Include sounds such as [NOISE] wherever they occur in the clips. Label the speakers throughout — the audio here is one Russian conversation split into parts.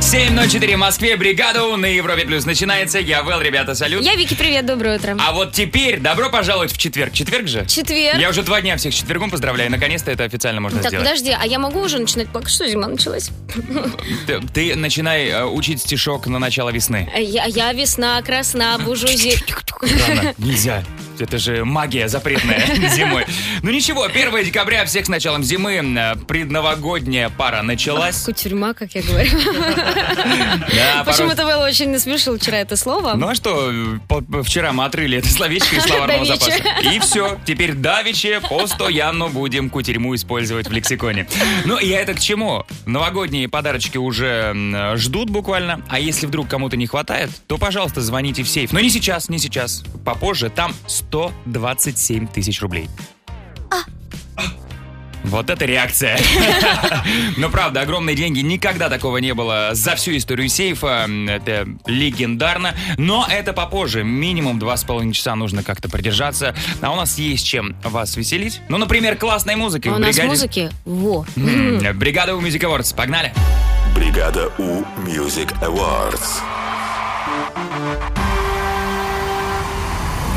Speaker 1: 7.04 в Москве, бригаду на Европе Плюс начинается. Я Вэл, ребята, салют.
Speaker 2: Я Вики, привет, доброе утро.
Speaker 1: А вот теперь добро пожаловать в четверг. Четверг же?
Speaker 2: Четверг.
Speaker 1: Я уже два дня всех с четвергом поздравляю. Наконец-то это официально можно
Speaker 2: Так,
Speaker 1: сделать.
Speaker 2: подожди, а я могу уже начинать плакать? Что зима началась?
Speaker 1: Ты, ты начинай э, учить стишок на начало весны.
Speaker 2: А Я, я
Speaker 1: [LAUGHS]
Speaker 2: весна, красна, бужузи. [LAUGHS]
Speaker 1: Рано, нельзя. Это же магия запретная зимой. Ну ничего, 1 декабря всех с началом зимы. э, Предновогодняя пара началась.
Speaker 2: Кутюрьма, как я говорю.
Speaker 1: Да, порой-
Speaker 2: Почему-то Вэлла очень насмешил вчера это слово.
Speaker 1: Ну а что, э, по- по- вчера мы отрыли это словечко из словарного
Speaker 2: Давиче.
Speaker 1: запаса. И все, теперь давиче постоянно будем кутерьму использовать в лексиконе. Ну я это к чему? Новогодние подарочки уже м, ждут буквально, а если вдруг кому-то не хватает, то, пожалуйста, звоните в сейф. Но не сейчас, не сейчас, попозже, там 127 тысяч рублей. Вот это
Speaker 2: [LAUGHS]
Speaker 1: реакция. Но правда, огромные деньги. Никогда такого не было за всю историю сейфа. Это легендарно. Но это попозже. Минимум два с половиной часа нужно как-то продержаться. А у нас есть чем вас веселить. Ну, например, классной музыкой
Speaker 2: А
Speaker 1: в
Speaker 2: у нас
Speaker 1: бригаде.
Speaker 2: музыки? Во.
Speaker 1: М, Бригада у Music Awards. Погнали.
Speaker 3: Бригада У Music Awards.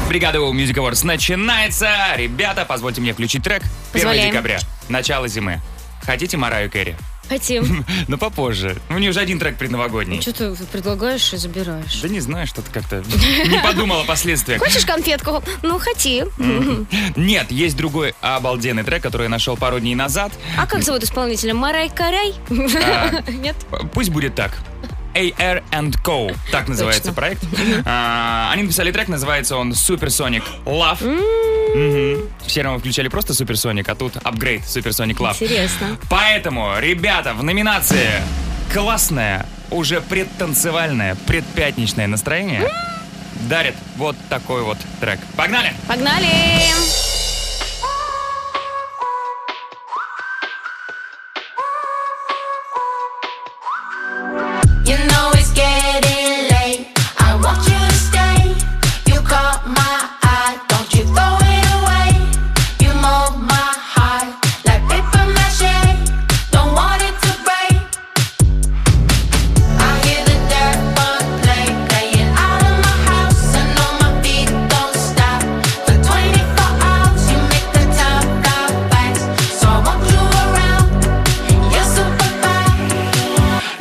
Speaker 1: Бригада у Music Awards начинается. Ребята, позвольте мне включить трек. 1
Speaker 2: Позволяем.
Speaker 1: декабря. Начало зимы. Хотите Мараю Кэрри?
Speaker 2: Хотим.
Speaker 1: [LAUGHS] Но попозже. У нее же один трек предновогодний.
Speaker 2: Что ты предлагаешь и забираешь?
Speaker 1: Да не знаю, что-то
Speaker 2: [LAUGHS]
Speaker 1: как-то не подумал о последствиях.
Speaker 2: Хочешь конфетку? Ну, хоти.
Speaker 1: Нет, есть другой обалденный трек, который я нашел пару дней
Speaker 2: [LAUGHS]
Speaker 1: назад. А,
Speaker 2: А как зовут исполнителя? Марай Карай? [LAUGHS] Нет?
Speaker 1: П- Пусть будет так. AR and Co. Так называется
Speaker 2: Точно. [LAUGHS]
Speaker 1: проект. А, они написали трек, называется он Supersonic Love. Мгм. Все равно включали просто Supersonic, а тут апгрейд Supersonic Love.
Speaker 2: Интересно.
Speaker 1: Поэтому, ребята, в номинации классное, уже предтанцевальное, предпятничное настроение дарит вот такой вот трек. Погнали!
Speaker 2: Погнали!
Speaker 4: You know it's getting late. I want you to stay. You caught my eye, don't you throw it away. You mold my heart like paper mache. Don't want it to break. I hear the dirt on play, playing out of my house, and on my feet don't stop for 24 hours. You make the time fly fast, so I want you around. You're super fine.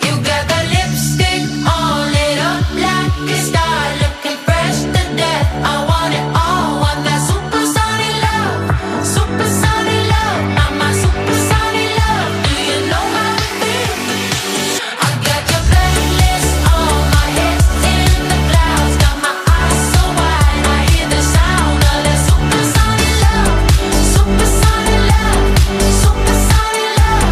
Speaker 4: You got the lipstick on it up like a star, looking fresh to death. I want it all, want that supersonic love, supersonic love, I'm my supersonic love. Do you know how it feels? I got your playlist on my head in the clouds, got my eyes so wide. I hear the sound of that supersonic love, supersonic love, supersonic love,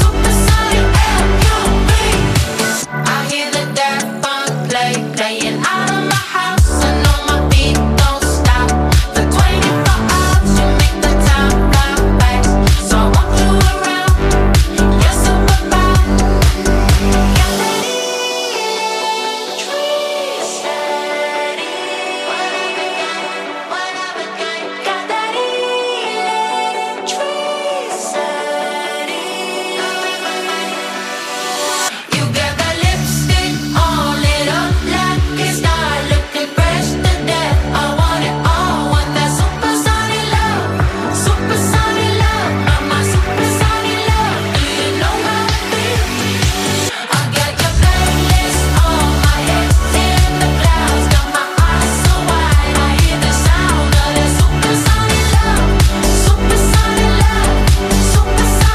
Speaker 4: supersonic love. I hear the dirt funk play, playing out of my house, and on my feet don't stop. For 24 hours, you make the time fly fast, so I want you around. You're super fine. You got that lipstick all lit up like a star, looking fresh to death. I want it all, want that supersonic love, supersonic love, I'm my supersonic love. Do you know how it feels? I got your playlist on my head in the clouds, got my eyes so wide. I hear the sound of that supersonic love, supersonic love, supersonic love, supersonic love.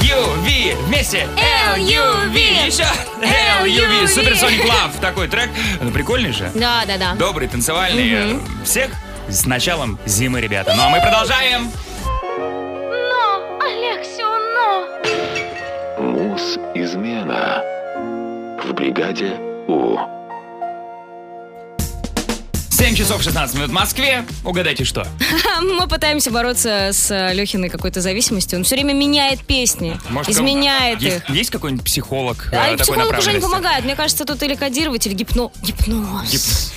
Speaker 1: L-U-V вместе.
Speaker 2: LUV.
Speaker 1: Еще.
Speaker 2: LUV.
Speaker 1: L-U-V. Суперсоник Лав. Такой трек. Ну, прикольный же.
Speaker 2: Да, да, да.
Speaker 1: Добрый, танцевальный. Всех с началом зимы, ребята. Ну, а мы продолжаем.
Speaker 5: Муз измена в бригаде У.
Speaker 1: 7 часов 16 минут в Москве. Угадайте, что?
Speaker 2: А Мы пытаемся бороться с Лехиной какой-то зависимостью. Он все время меняет песни, изменяет
Speaker 1: кому-
Speaker 2: их.
Speaker 1: есть, есть какой-нибудь психолог э,
Speaker 2: А
Speaker 1: такой
Speaker 2: психолог уже не
Speaker 1: направленности?
Speaker 2: помогает. Мне кажется, тут или кодировать, или гипно... гипноз. [LAUGHS]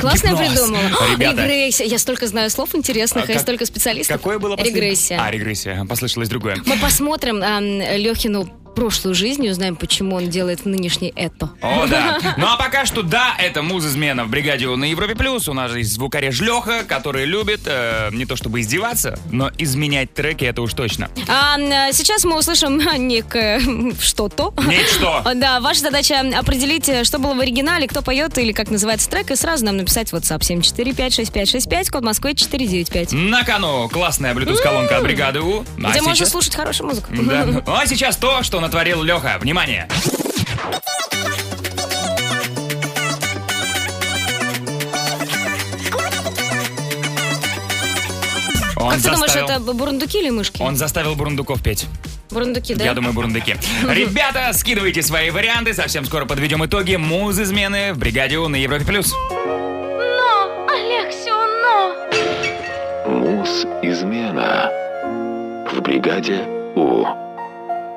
Speaker 2: Классно я
Speaker 1: Гипноз.
Speaker 2: придумала. А,
Speaker 1: [GASPS] Ребята.
Speaker 2: Регрессия. Я столько знаю слов интересных,
Speaker 1: А
Speaker 2: а я
Speaker 1: как-
Speaker 2: столько специалистов.
Speaker 1: Какое было последнее? А,
Speaker 2: Регрессия.
Speaker 1: регрессия. Послышалось другое.
Speaker 2: Мы посмотрим Лехину прошлую жизнь и узнаем, почему он делает нынешний это.
Speaker 1: О, да.
Speaker 2: [LAUGHS]
Speaker 1: Ну а пока что, да, это муз-измена в бригаде «У» на Европе+. плюс. У нас есть звукореж Леха, который любит э, не то чтобы издеваться, но изменять треки это уж
Speaker 2: [LAUGHS]
Speaker 1: точно.
Speaker 2: А, м, сейчас мы услышим [LAUGHS] некое что-то.
Speaker 1: Нечто.
Speaker 2: Да, ваша задача определить, э, что было в оригинале, кто поет или как называется трек, и сразу нам написать в WhatsApp 7456565, код Москвы 495.
Speaker 1: На кону классная Bluetooth-колонка от бригады «У». А
Speaker 2: Где можно
Speaker 1: сейчас-
Speaker 2: слушать хорошую музыку. [LAUGHS]
Speaker 1: Да. Ну, А сейчас то, что натворил Леха. Внимание! Он
Speaker 2: Как ты думаешь,
Speaker 1: заставил-
Speaker 2: это бурундуки или мышки?
Speaker 1: Он заставил бурундуков петь.
Speaker 2: Бурундуки, да? Ну.
Speaker 1: Я думаю,
Speaker 2: [LAUGHS]
Speaker 1: бурундуки. Ребята, скидывайте свои варианты. Совсем скоро подведем итоги муз измены в бригаде У на Европе плюс.
Speaker 5: Муз измена в бригаде У.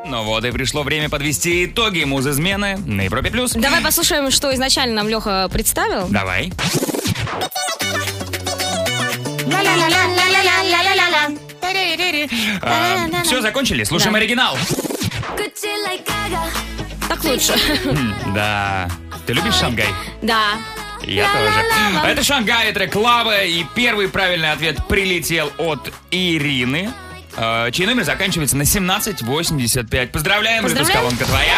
Speaker 1: Ну вот и пришло время подвести итоги муз измены на Европе плюс.
Speaker 2: Давай послушаем, что изначально нам Леха представил.
Speaker 1: Давай. Все, закончили. Слушаем
Speaker 2: Да.
Speaker 1: оригинал. [LAUGHS]
Speaker 2: Так лучше.
Speaker 1: М, Хм, Да. Ты любишь Шангай?
Speaker 2: Да.
Speaker 1: Я тоже. Это Шангай, трек Лава. И первый правильный ответ прилетел от Ирины. Э, Чей номер заканчивается на 1785. Поздравляем,
Speaker 2: Поздравляем.
Speaker 1: Ритус, колонка твоя.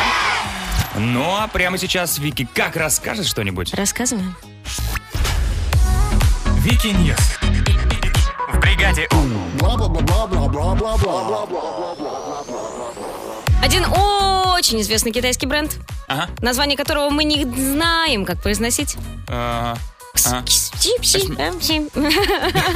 Speaker 1: Ну а прямо сейчас Вики как расскажет что-нибудь?
Speaker 2: Рассказываем.
Speaker 1: Вики Ньюс. В бригаде У.
Speaker 2: Один очень известный китайский бренд,
Speaker 1: Ага.
Speaker 2: название которого мы не знаем, как произносить.
Speaker 1: Ага. Ага.
Speaker 2: Кс- пси- пси- эм, пси.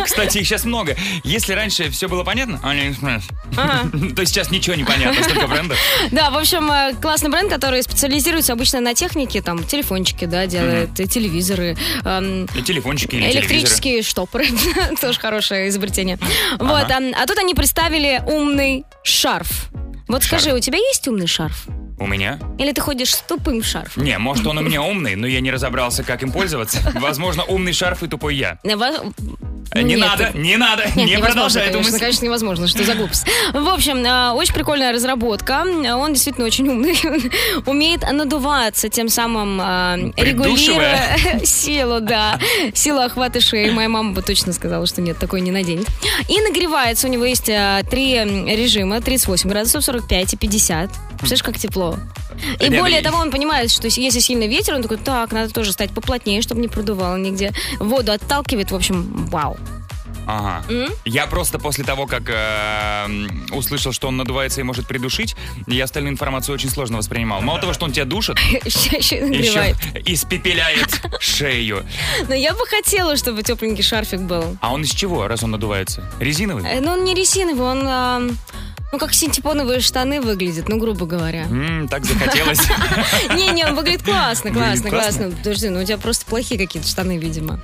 Speaker 1: Кстати, их сейчас много. Если раньше все было понятно, AliExpress, [LAUGHS] то сейчас ничего не понятно, столько брендов.
Speaker 2: Да, в общем, э, классный бренд, который специализируется обычно на технике, там, телефончики, да, делает, и телевизоры, эм,
Speaker 1: И телефончики или телевизоры.
Speaker 2: электрические штопоры. [LAUGHS] Тоже хорошее изобретение. Вот, а а тут они представили умный шарф. Вот скажи, у тебя есть умный шарф?
Speaker 1: У меня?
Speaker 2: Или ты ходишь с тупым шарфом?
Speaker 1: Не, может, он у меня умный, но я не разобрался, как им
Speaker 2: [LAUGHS]
Speaker 1: пользоваться. Возможно, умный шарф и тупой я.
Speaker 2: Э, во-
Speaker 1: Э, Не
Speaker 2: Нет,
Speaker 1: надо,
Speaker 2: это-
Speaker 1: не надо,
Speaker 2: Нет,
Speaker 1: не
Speaker 2: невозможно,
Speaker 1: продолжай эту
Speaker 2: конечно,
Speaker 1: мысль.
Speaker 2: конечно, невозможно, что за глупость. В общем, э, очень прикольная разработка. Он действительно очень умный. [LAUGHS] Умеет надуваться, тем самым э,
Speaker 1: Придушивая.
Speaker 2: регулируя [LAUGHS] силу, да. Силу охвата шеи. Моя мама бы точно сказала, что нет, такой не наденет. И нагревается. У него есть э, три м, режима. 38 градусов, 45 и 50. Представляешь, как тепло. И
Speaker 1: Нет,
Speaker 2: более
Speaker 1: и-
Speaker 2: того, он понимает, что с- если сильный ветер, он такой, так, надо тоже стать поплотнее, чтобы не продувало нигде. Воду отталкивает, в общем, вау.
Speaker 1: Ага. Я просто после того, как э, м, услышал, что он надувается и может придушить, я остальную информацию очень сложно воспринимал. Мало того, что он тебя
Speaker 2: [LAUGHS]
Speaker 1: душит,
Speaker 2: Ща- ща
Speaker 1: еще
Speaker 2: нагревает. [LAUGHS]
Speaker 1: испепеляет шею.
Speaker 2: Но я бы хотела, чтобы тепленький шарфик был.
Speaker 1: А он из чего, раз он надувается? Резиновый?
Speaker 2: Э, Но он не резиновый, он, а, ну, как синтепоновые штаны выглядит, ну, грубо говоря.
Speaker 1: М, так
Speaker 2: [LAUGHS]
Speaker 1: захотелось.
Speaker 2: Не-не, он выглядит классно,
Speaker 1: Выглядит
Speaker 2: классно,
Speaker 1: классно?
Speaker 2: классно. Подожди, ну у тебя просто плохие какие-то штаны, видимо.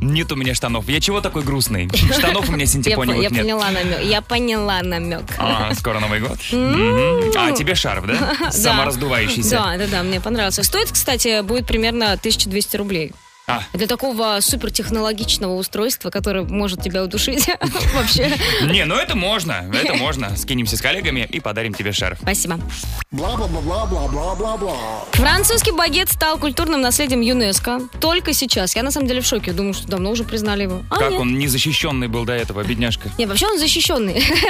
Speaker 1: Нет у меня штанов. Я чего такой грустный? Штанов у меня
Speaker 2: Я по- я
Speaker 1: синтепоневых нет.
Speaker 2: поняла намек. Я поняла намек.
Speaker 1: А, скоро Новый год. Мгм. А тебе шарф,
Speaker 2: [LAUGHS]
Speaker 1: да? Самораздувающийся.
Speaker 2: Ну. Да, да, да, мне понравился. Стоит, кстати, будет примерно 1200 рублей.
Speaker 1: А,
Speaker 2: Для такого супертехнологичного устройства, которое может тебя удушить [LAUGHS]
Speaker 1: [LAUGHS]
Speaker 2: вообще.
Speaker 1: не, ну это можно, это можно. Скинемся с коллегами и подарим тебе шарф.
Speaker 2: Спасибо. Французский багет стал культурным наследием ЮНЕСКО только сейчас. Я на самом деле в шоке. Думаю, что давно уже признали его. А,
Speaker 1: Как
Speaker 2: нет.
Speaker 1: он незащищенный был до этого, бедняжка.
Speaker 2: Нет, вообще он защищенный. [LAUGHS]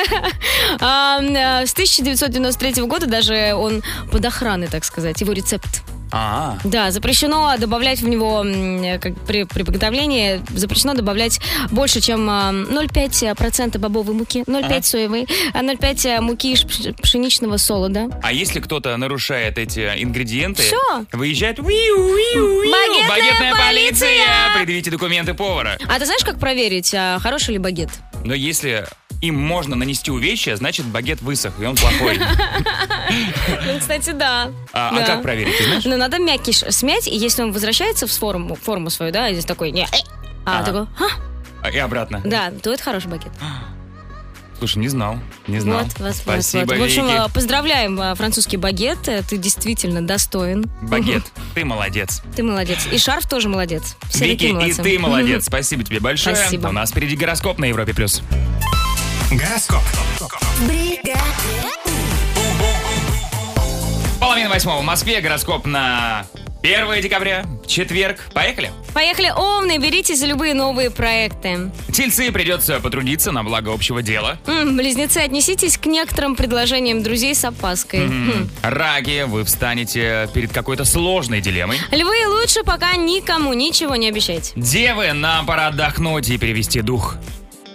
Speaker 2: А, э, С 1993 года даже он под охраной, так сказать, его рецепт.
Speaker 1: А,
Speaker 2: Да, запрещено добавлять в него, м, э, как при, при приготовлении, запрещено добавлять больше, чем а, 0,5% бобовой муки, 0,5 соевой, а 0,5 муки пш- пшеничного солода.
Speaker 1: а если кто-то нарушает эти ингредиенты,
Speaker 2: Всё.
Speaker 1: выезжает «Уиу, уиу, уиу,
Speaker 2: Багетная
Speaker 1: полиция!
Speaker 2: полиция!»
Speaker 1: Предъявите документы повара.
Speaker 2: А ты знаешь, как проверить, а, хороший ли багет?
Speaker 1: Но если им можно нанести увечья, значит, багет высох, и он
Speaker 2: [LAUGHS]
Speaker 1: плохой.
Speaker 2: Ну, кстати, да.
Speaker 1: А а
Speaker 2: Да.
Speaker 1: как проверить, ты знаешь?
Speaker 2: Ну, надо мягкий ш- смять, и если он возвращается в форму, форму свою, да, и здесь такой, не, э, а,
Speaker 1: Ага.
Speaker 2: такой, «Ха,
Speaker 1: А, И обратно.
Speaker 2: да, то это хороший багет.
Speaker 1: Слушай, не знал, не знал.
Speaker 2: Вот, вот, вот,
Speaker 1: Спасибо,
Speaker 2: вот. В общем,
Speaker 1: Вики.
Speaker 2: э, поздравляем э, французский багет, э, ты действительно достоин.
Speaker 1: Багет, ты молодец.
Speaker 2: Ты молодец. И шарф тоже молодец. Все
Speaker 1: Вики,
Speaker 2: такие
Speaker 1: и
Speaker 2: молодцы.
Speaker 1: ты молодец. Спасибо тебе большое.
Speaker 2: Спасибо.
Speaker 1: А У нас впереди гороскоп на Европе+. плюс.
Speaker 6: Гороскоп.
Speaker 1: Половина восьмого в Москве, гороскоп на 1 декабря, четверг. Поехали.
Speaker 2: Поехали, умные, берите за любые новые проекты.
Speaker 1: Тельцы придется потрудиться на благо общего дела.
Speaker 2: М, близнецы, отнеситесь к некоторым предложениям друзей с опаской. Хм.
Speaker 1: Раги, вы встанете перед какой-то сложной дилеммой.
Speaker 2: Львы, лучше пока никому ничего не обещайте.
Speaker 1: Девы, нам пора отдохнуть и перевести дух.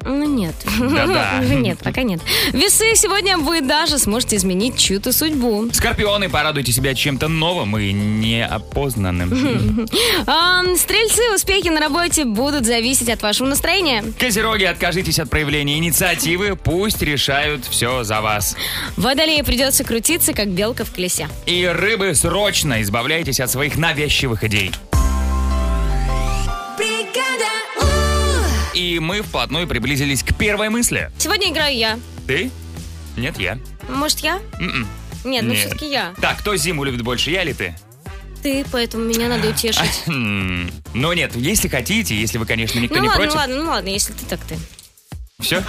Speaker 2: Ну нет.
Speaker 1: Да-да.
Speaker 2: [LAUGHS] Нет, пока нет. Весы, сегодня вы даже сможете изменить чью-то судьбу.
Speaker 1: Скорпионы, порадуйте себя чем-то новым и
Speaker 2: Хм.
Speaker 1: неопознанным.
Speaker 2: Ам, А, Стрельцы, успехи на работе будут зависеть от вашего настроения.
Speaker 1: Козероги, откажитесь от проявления инициативы, пусть решают все за вас.
Speaker 2: Водолею придется крутиться, как белка в колесе.
Speaker 1: И рыбы, срочно избавляйтесь от своих навязчивых идей. И мы вплотную приблизились к первой мысли.
Speaker 2: Сегодня играю я.
Speaker 1: Ты? Нет, я.
Speaker 2: Может, я?
Speaker 1: М-м.
Speaker 2: Нет, ну
Speaker 1: Нет.
Speaker 2: все-таки я.
Speaker 1: Так, кто зиму любит больше, я или ты?
Speaker 2: Ты, поэтому меня
Speaker 1: А,
Speaker 2: надо утешить.
Speaker 1: Хм. Ну нет, если хотите, если вы, конечно, никто
Speaker 2: Ну
Speaker 1: не
Speaker 2: ладно, ну
Speaker 1: против.
Speaker 2: ладно, ну ладно, если ты так ты.
Speaker 1: Все.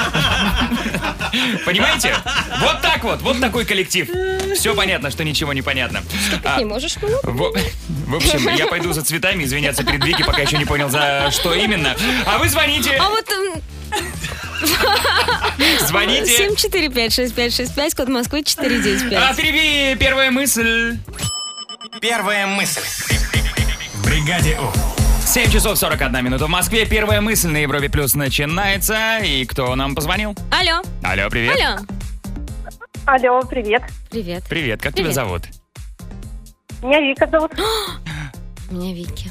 Speaker 1: [LAUGHS] Понимаете? Вот так вот, вот такой коллектив. Все понятно, что ничего не понятно. А,
Speaker 2: Не можешь ну?
Speaker 1: в, в общем, я пойду за цветами извиняться перед Вики, пока еще не понял, за что именно. А вы звоните,
Speaker 2: А вот м,
Speaker 1: звоните.
Speaker 2: 7456565, код Москвы
Speaker 1: А
Speaker 2: 495.
Speaker 1: впереди первая мысль.
Speaker 6: Первая мысль. В бригаде У.
Speaker 1: 7 часов 41 минута в Москве. Первая мысль на Европе Плюс начинается. И кто нам позвонил?
Speaker 2: Алло,
Speaker 1: Алло, привет.
Speaker 2: алло.
Speaker 7: Алло, привет.
Speaker 2: Привет,
Speaker 1: Привет, как тебя
Speaker 2: Привет.
Speaker 1: зовут?
Speaker 7: Меня Вика зовут.
Speaker 2: меня Вики.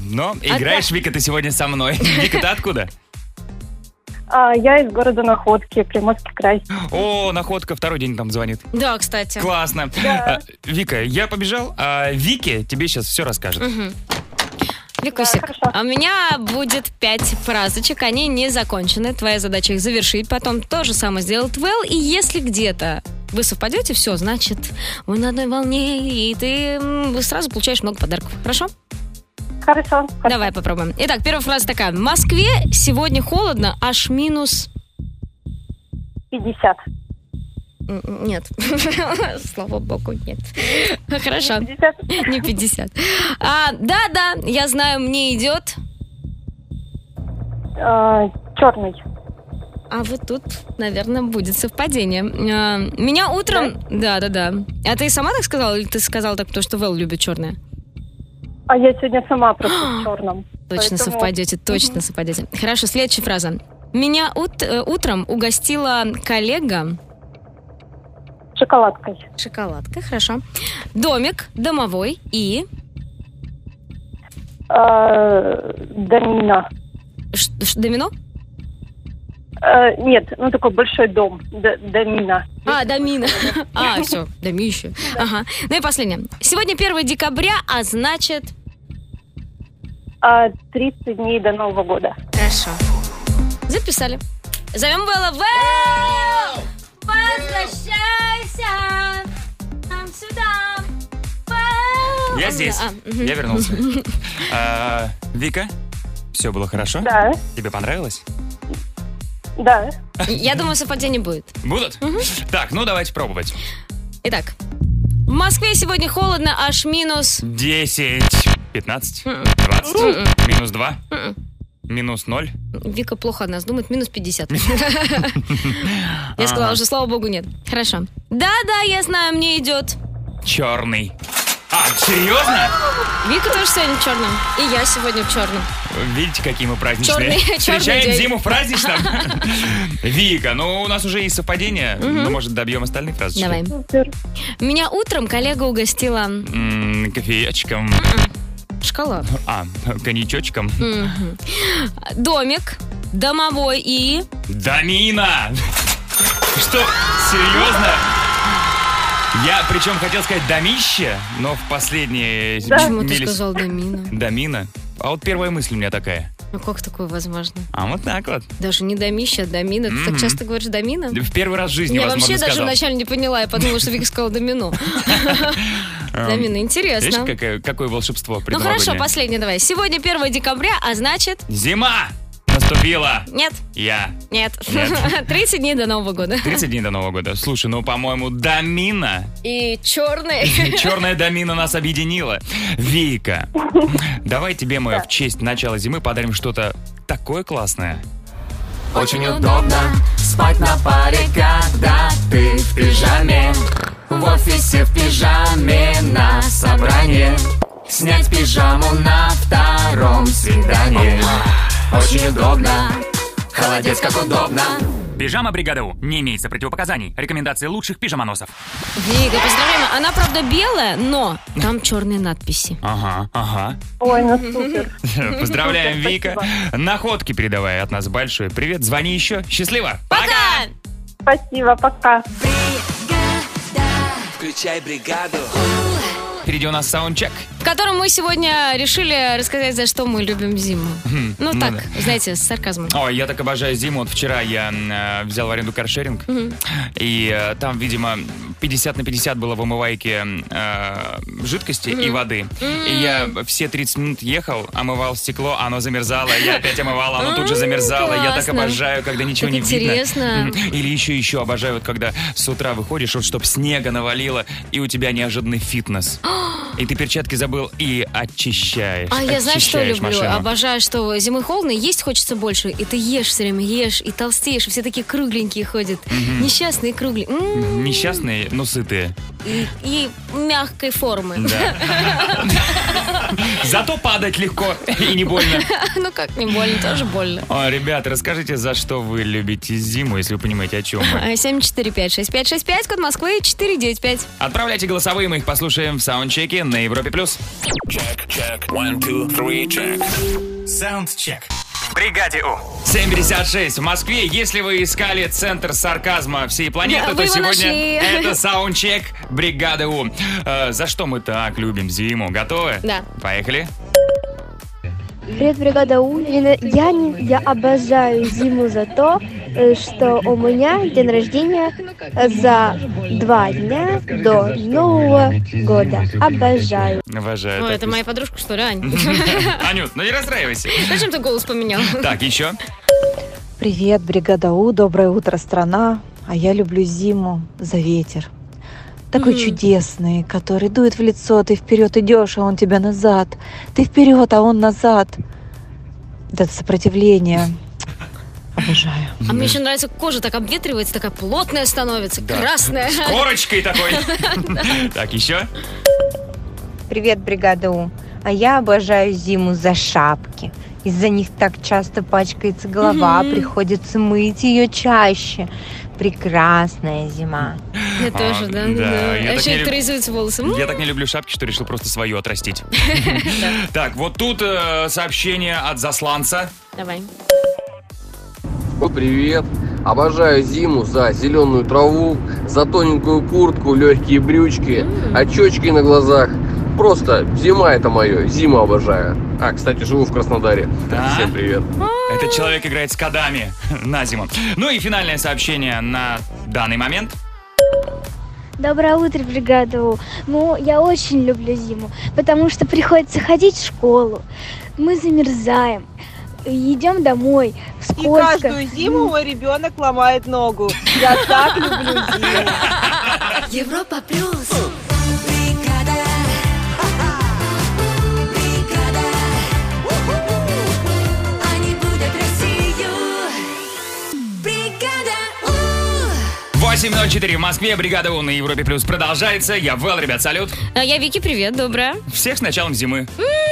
Speaker 1: Но
Speaker 2: А
Speaker 1: играешь, Вика, ты сегодня со мной. [LAUGHS] Вика, ты откуда?
Speaker 7: А, я из города Находки, Приморский край.
Speaker 1: О, находка, второй день там звонит.
Speaker 2: Да, кстати.
Speaker 1: Классно. А, Вика, я побежал, а Вики тебе сейчас все расскажет.
Speaker 2: Викусик,
Speaker 7: Да, хорошо.
Speaker 2: а у меня будет пять фразочек, они не закончены. Твоя задача их завершить, потом то же самое сделает Вэл, и если где-то вы совпадете, все, значит, вы на одной волне, и ты м, сразу получаешь много подарков. Хорошо?
Speaker 7: Хорошо.
Speaker 2: Давай попробуем. Итак, первая фраза такая. В Москве сегодня холодно, аж минус...
Speaker 7: 50.
Speaker 2: М, Нет. [LAUGHS] Слава богу, нет. Хорошо.
Speaker 7: 50.
Speaker 2: Не 50. А, Да-да, я знаю, мне идет...
Speaker 7: черный.
Speaker 2: А вот тут, наверное, будет совпадение. А, Меня утром... Да-да-да. А ты сама так сказала? Или ты сказала так, потому что Вэл любит черное?
Speaker 7: А я сегодня сама
Speaker 2: [GASPS]
Speaker 7: просто в черном.
Speaker 2: Точно совпадете, точно совпадете. Хорошо, следующая фраза. Меня ут- э, утром угостила коллега...
Speaker 7: Шоколадкой.
Speaker 2: Шоколадка, хорошо. Домик, домовой и...
Speaker 7: А, домина.
Speaker 2: Ш- ш- домино?
Speaker 7: А, нет, ну такой большой дом. Д- домина.
Speaker 2: А, домина. [LAUGHS] А, все, домище. Ага. Ну и последнее. Сегодня 1 декабря, а значит...
Speaker 7: А, 30 дней до Нового года.
Speaker 2: Хорошо. Записали. Зовем Вэлла. Вэлл! Возвращайся! Нам сюда! Вэлл!
Speaker 1: Я
Speaker 2: А,
Speaker 1: здесь.
Speaker 2: а, мгм.
Speaker 1: Я вернулся. А, Вика, все было хорошо?
Speaker 7: Да,
Speaker 1: Тебе понравилось?
Speaker 7: да.
Speaker 2: Я думаю, совпадение будет.
Speaker 1: Будут? Так, ну давайте пробовать.
Speaker 2: Итак. В Москве сегодня холодно, аж минус...
Speaker 1: 10, 15, 20, минус 2, минус 0.
Speaker 2: Вика плохо о нас думает, минус 50. Я сказала уже, слава богу, нет. Хорошо. Да-да, я знаю, мне идет.
Speaker 1: Черный. А, серьезно?
Speaker 2: Вика тоже сегодня в черном. И я сегодня в черном.
Speaker 1: Видите, какие мы праздничные.
Speaker 2: Чёрный- чёрный
Speaker 1: Встречаем
Speaker 2: день.
Speaker 1: зиму в
Speaker 2: [LAUGHS]
Speaker 1: праздничном. Вика, ну у нас уже есть совпадение. Ну, может, добьем остальных фразочек?
Speaker 2: Давай.
Speaker 7: Супер.
Speaker 2: Меня утром коллега угостила
Speaker 1: М, кофеечком.
Speaker 2: шоколад.
Speaker 1: А, коньячочком.
Speaker 2: Домик, домовой и...
Speaker 1: Дамина! Что, серьезно? Я причем хотел сказать домище, но в последние...
Speaker 2: Почему ты
Speaker 1: милис-
Speaker 2: сказал домина?
Speaker 1: Домина. А вот первая мысль у меня такая.
Speaker 2: Ну как такое возможно?
Speaker 1: А вот так вот.
Speaker 2: Даже не домище, а домина. Ты
Speaker 1: Мгм.
Speaker 2: так часто говоришь домина?
Speaker 1: В первый раз в жизни,
Speaker 2: Я
Speaker 1: возможно,
Speaker 2: вообще даже
Speaker 1: сказал.
Speaker 2: вначале не поняла, я подумала, что Вика
Speaker 1: [LAUGHS]
Speaker 2: сказала домино. [LAUGHS]
Speaker 1: Эм,
Speaker 2: Домино,
Speaker 1: Видишь,
Speaker 2: интересно.
Speaker 1: какое, какое волшебство
Speaker 2: Ну хорошо,
Speaker 1: предновогоднее.
Speaker 2: последнее давай. Сегодня 1 декабря, а значит...
Speaker 1: Зима наступила.
Speaker 2: Нет,
Speaker 1: Я.
Speaker 2: нет. [LAUGHS]
Speaker 1: Нет.
Speaker 2: 30 дней до Нового года.
Speaker 1: 30 дней до Нового года. Слушай, ну, по-моему, домина
Speaker 2: И черный.
Speaker 1: [LAUGHS] Черная домина нас объединила. Вика, давай тебе мы в честь начала зимы подарим что-то такое классное.
Speaker 8: Очень удобно спать на паре, когда ты в пижаме В офисе в пижаме на собрании Снять пижаму на втором свидании Очень удобно, холодец как удобно
Speaker 6: Пижама бригада У. Не имеется противопоказаний. Рекомендации лучших пижамоносов.
Speaker 2: Вика, поздравляем. Она, правда, белая, но там черные надписи.
Speaker 1: Ага, ага.
Speaker 7: Ой,
Speaker 2: [LAUGHS]
Speaker 7: ну супер.
Speaker 1: [LAUGHS] Поздравляем,
Speaker 7: Супер,
Speaker 1: Вика. Находки передавай от нас большой привет. Звони еще. Счастливо.
Speaker 2: Пока!
Speaker 7: Спасибо, пока.
Speaker 1: Впереди у нас саундчек.
Speaker 2: В котором мы сегодня решили рассказать, за что мы любим зиму. Ну
Speaker 1: ну
Speaker 2: так,
Speaker 1: да.
Speaker 2: знаете, с сарказмом.
Speaker 1: Ой, я так обожаю зиму. Вот вчера я м, э, взял в аренду каршеринг. И э, там, видимо, 50 на 50 было в омывайке э, жидкости и воды. И я все 30 минут ехал, омывал стекло, оно замерзало, я опять омывал, оно тут же
Speaker 2: М,
Speaker 1: замерзало. Я так
Speaker 2: классно.
Speaker 1: обожаю, когда ничего
Speaker 2: Так
Speaker 1: не видно.
Speaker 2: интересно.
Speaker 1: М, Или еще еще обожаю, вот когда с утра выходишь, вот чтоб снега навалило, и у тебя неожиданный фитнес. И ты перчатки забыл и очищаешь.
Speaker 2: А я знаешь, что
Speaker 1: очищаешь
Speaker 2: люблю?
Speaker 1: машину.
Speaker 2: Обожаю, что зимой холодно, и есть хочется больше. И ты ешь все время, ешь, и толстеешь, и все такие кругленькие ходят. Несчастные кругленькие. М,
Speaker 1: Несчастные, но сытые.
Speaker 2: И, и мягкой формы.
Speaker 1: Да. Зато падать легко и не больно.
Speaker 2: [LAUGHS] Ну как, не больно, тоже больно.
Speaker 1: О, ребят, расскажите, за что вы любите зиму, если вы понимаете, о чем мы.
Speaker 6: [LAUGHS]
Speaker 2: А, 745-6565, код Москвы 495.
Speaker 1: Отправляйте голосовые, мы их послушаем в саундчеке на Европе+. плюс.
Speaker 6: Саундчек. В бригаде У.
Speaker 1: 7.56 в Москве. Если вы искали центр сарказма всей планеты,
Speaker 2: Да,
Speaker 1: то
Speaker 2: вы его
Speaker 1: сегодня
Speaker 2: нашли.
Speaker 1: [LAUGHS] это
Speaker 2: [LAUGHS]
Speaker 1: саундчек бригады У. Э, за что мы так любим зиму? Готовы?
Speaker 2: Да.
Speaker 1: Поехали.
Speaker 9: Привет, бригада У. Я, я не- я обожаю зиму за то, э, что у меня день рождения э, за два дня до Нового года. Обожаю.
Speaker 1: Обожаю.
Speaker 2: Ой,
Speaker 1: эту
Speaker 2: это
Speaker 1: песню.
Speaker 2: моя подружка, [LAUGHS] что ли, Ань?
Speaker 1: [LAUGHS] Анют, ну не расстраивайся.
Speaker 2: Зачем ты голос поменял?
Speaker 1: [LAUGHS] Так, еще.
Speaker 10: Привет, бригада У, доброе утро, страна. А я люблю зиму за ветер. Такой
Speaker 2: Мгм.
Speaker 10: чудесный, который дует в лицо, ты вперед идешь, а он тебя назад. Ты вперед, а он назад. Вот Это сопротивление. Обожаю.
Speaker 2: А мне еще нравится, кожа так обветривается, такая плотная становится,
Speaker 1: Да. [LAUGHS]
Speaker 2: красная.
Speaker 1: С корочкой
Speaker 2: [LAUGHS]
Speaker 1: такой. Так, еще.
Speaker 10: Привет, бригада У. А я обожаю зиму за шапки. Из-за них так часто пачкается голова,
Speaker 2: Мгм.
Speaker 10: приходится мыть ее чаще. Прекрасная зима.
Speaker 2: Я тоже, да.
Speaker 1: да,
Speaker 2: да.
Speaker 1: я
Speaker 2: А
Speaker 1: так не
Speaker 2: еще и
Speaker 1: люб-
Speaker 2: трясутся волосы. М,
Speaker 1: Я так не люблю шапки, что решил просто свою
Speaker 2: [LAUGHS]
Speaker 1: отрастить. Так, вот тут э, сообщение от засланца.
Speaker 2: Давай.
Speaker 8: О, привет! Обожаю зиму за зеленую траву, за тоненькую куртку, легкие брючки, очечки на глазах. Просто зима это мое, зиму обожаю. А, кстати, живу в Краснодаре.
Speaker 1: Да?
Speaker 8: Всем привет.
Speaker 1: Этот человек играет с кодами [LAUGHS] на зиму. Ну и финальное сообщение на данный момент.
Speaker 9: Доброе утро, бригада У. Ну, я очень люблю зиму, потому что приходится ходить в школу. Мы замерзаем. Идем домой. Скользко.
Speaker 10: зиму мой Ну, а ребенок ломает ногу. Я так люблю зиму.
Speaker 4: Европа плюс. Бригада. Бригада. Они будут Россию. Бригада. У.
Speaker 1: 8 8.04 в Москве, бригада У на Европе Плюс продолжается. Я Вэл, ребят, салют.
Speaker 2: А Я Вики, привет, доброе.
Speaker 1: Всех с началом зимы.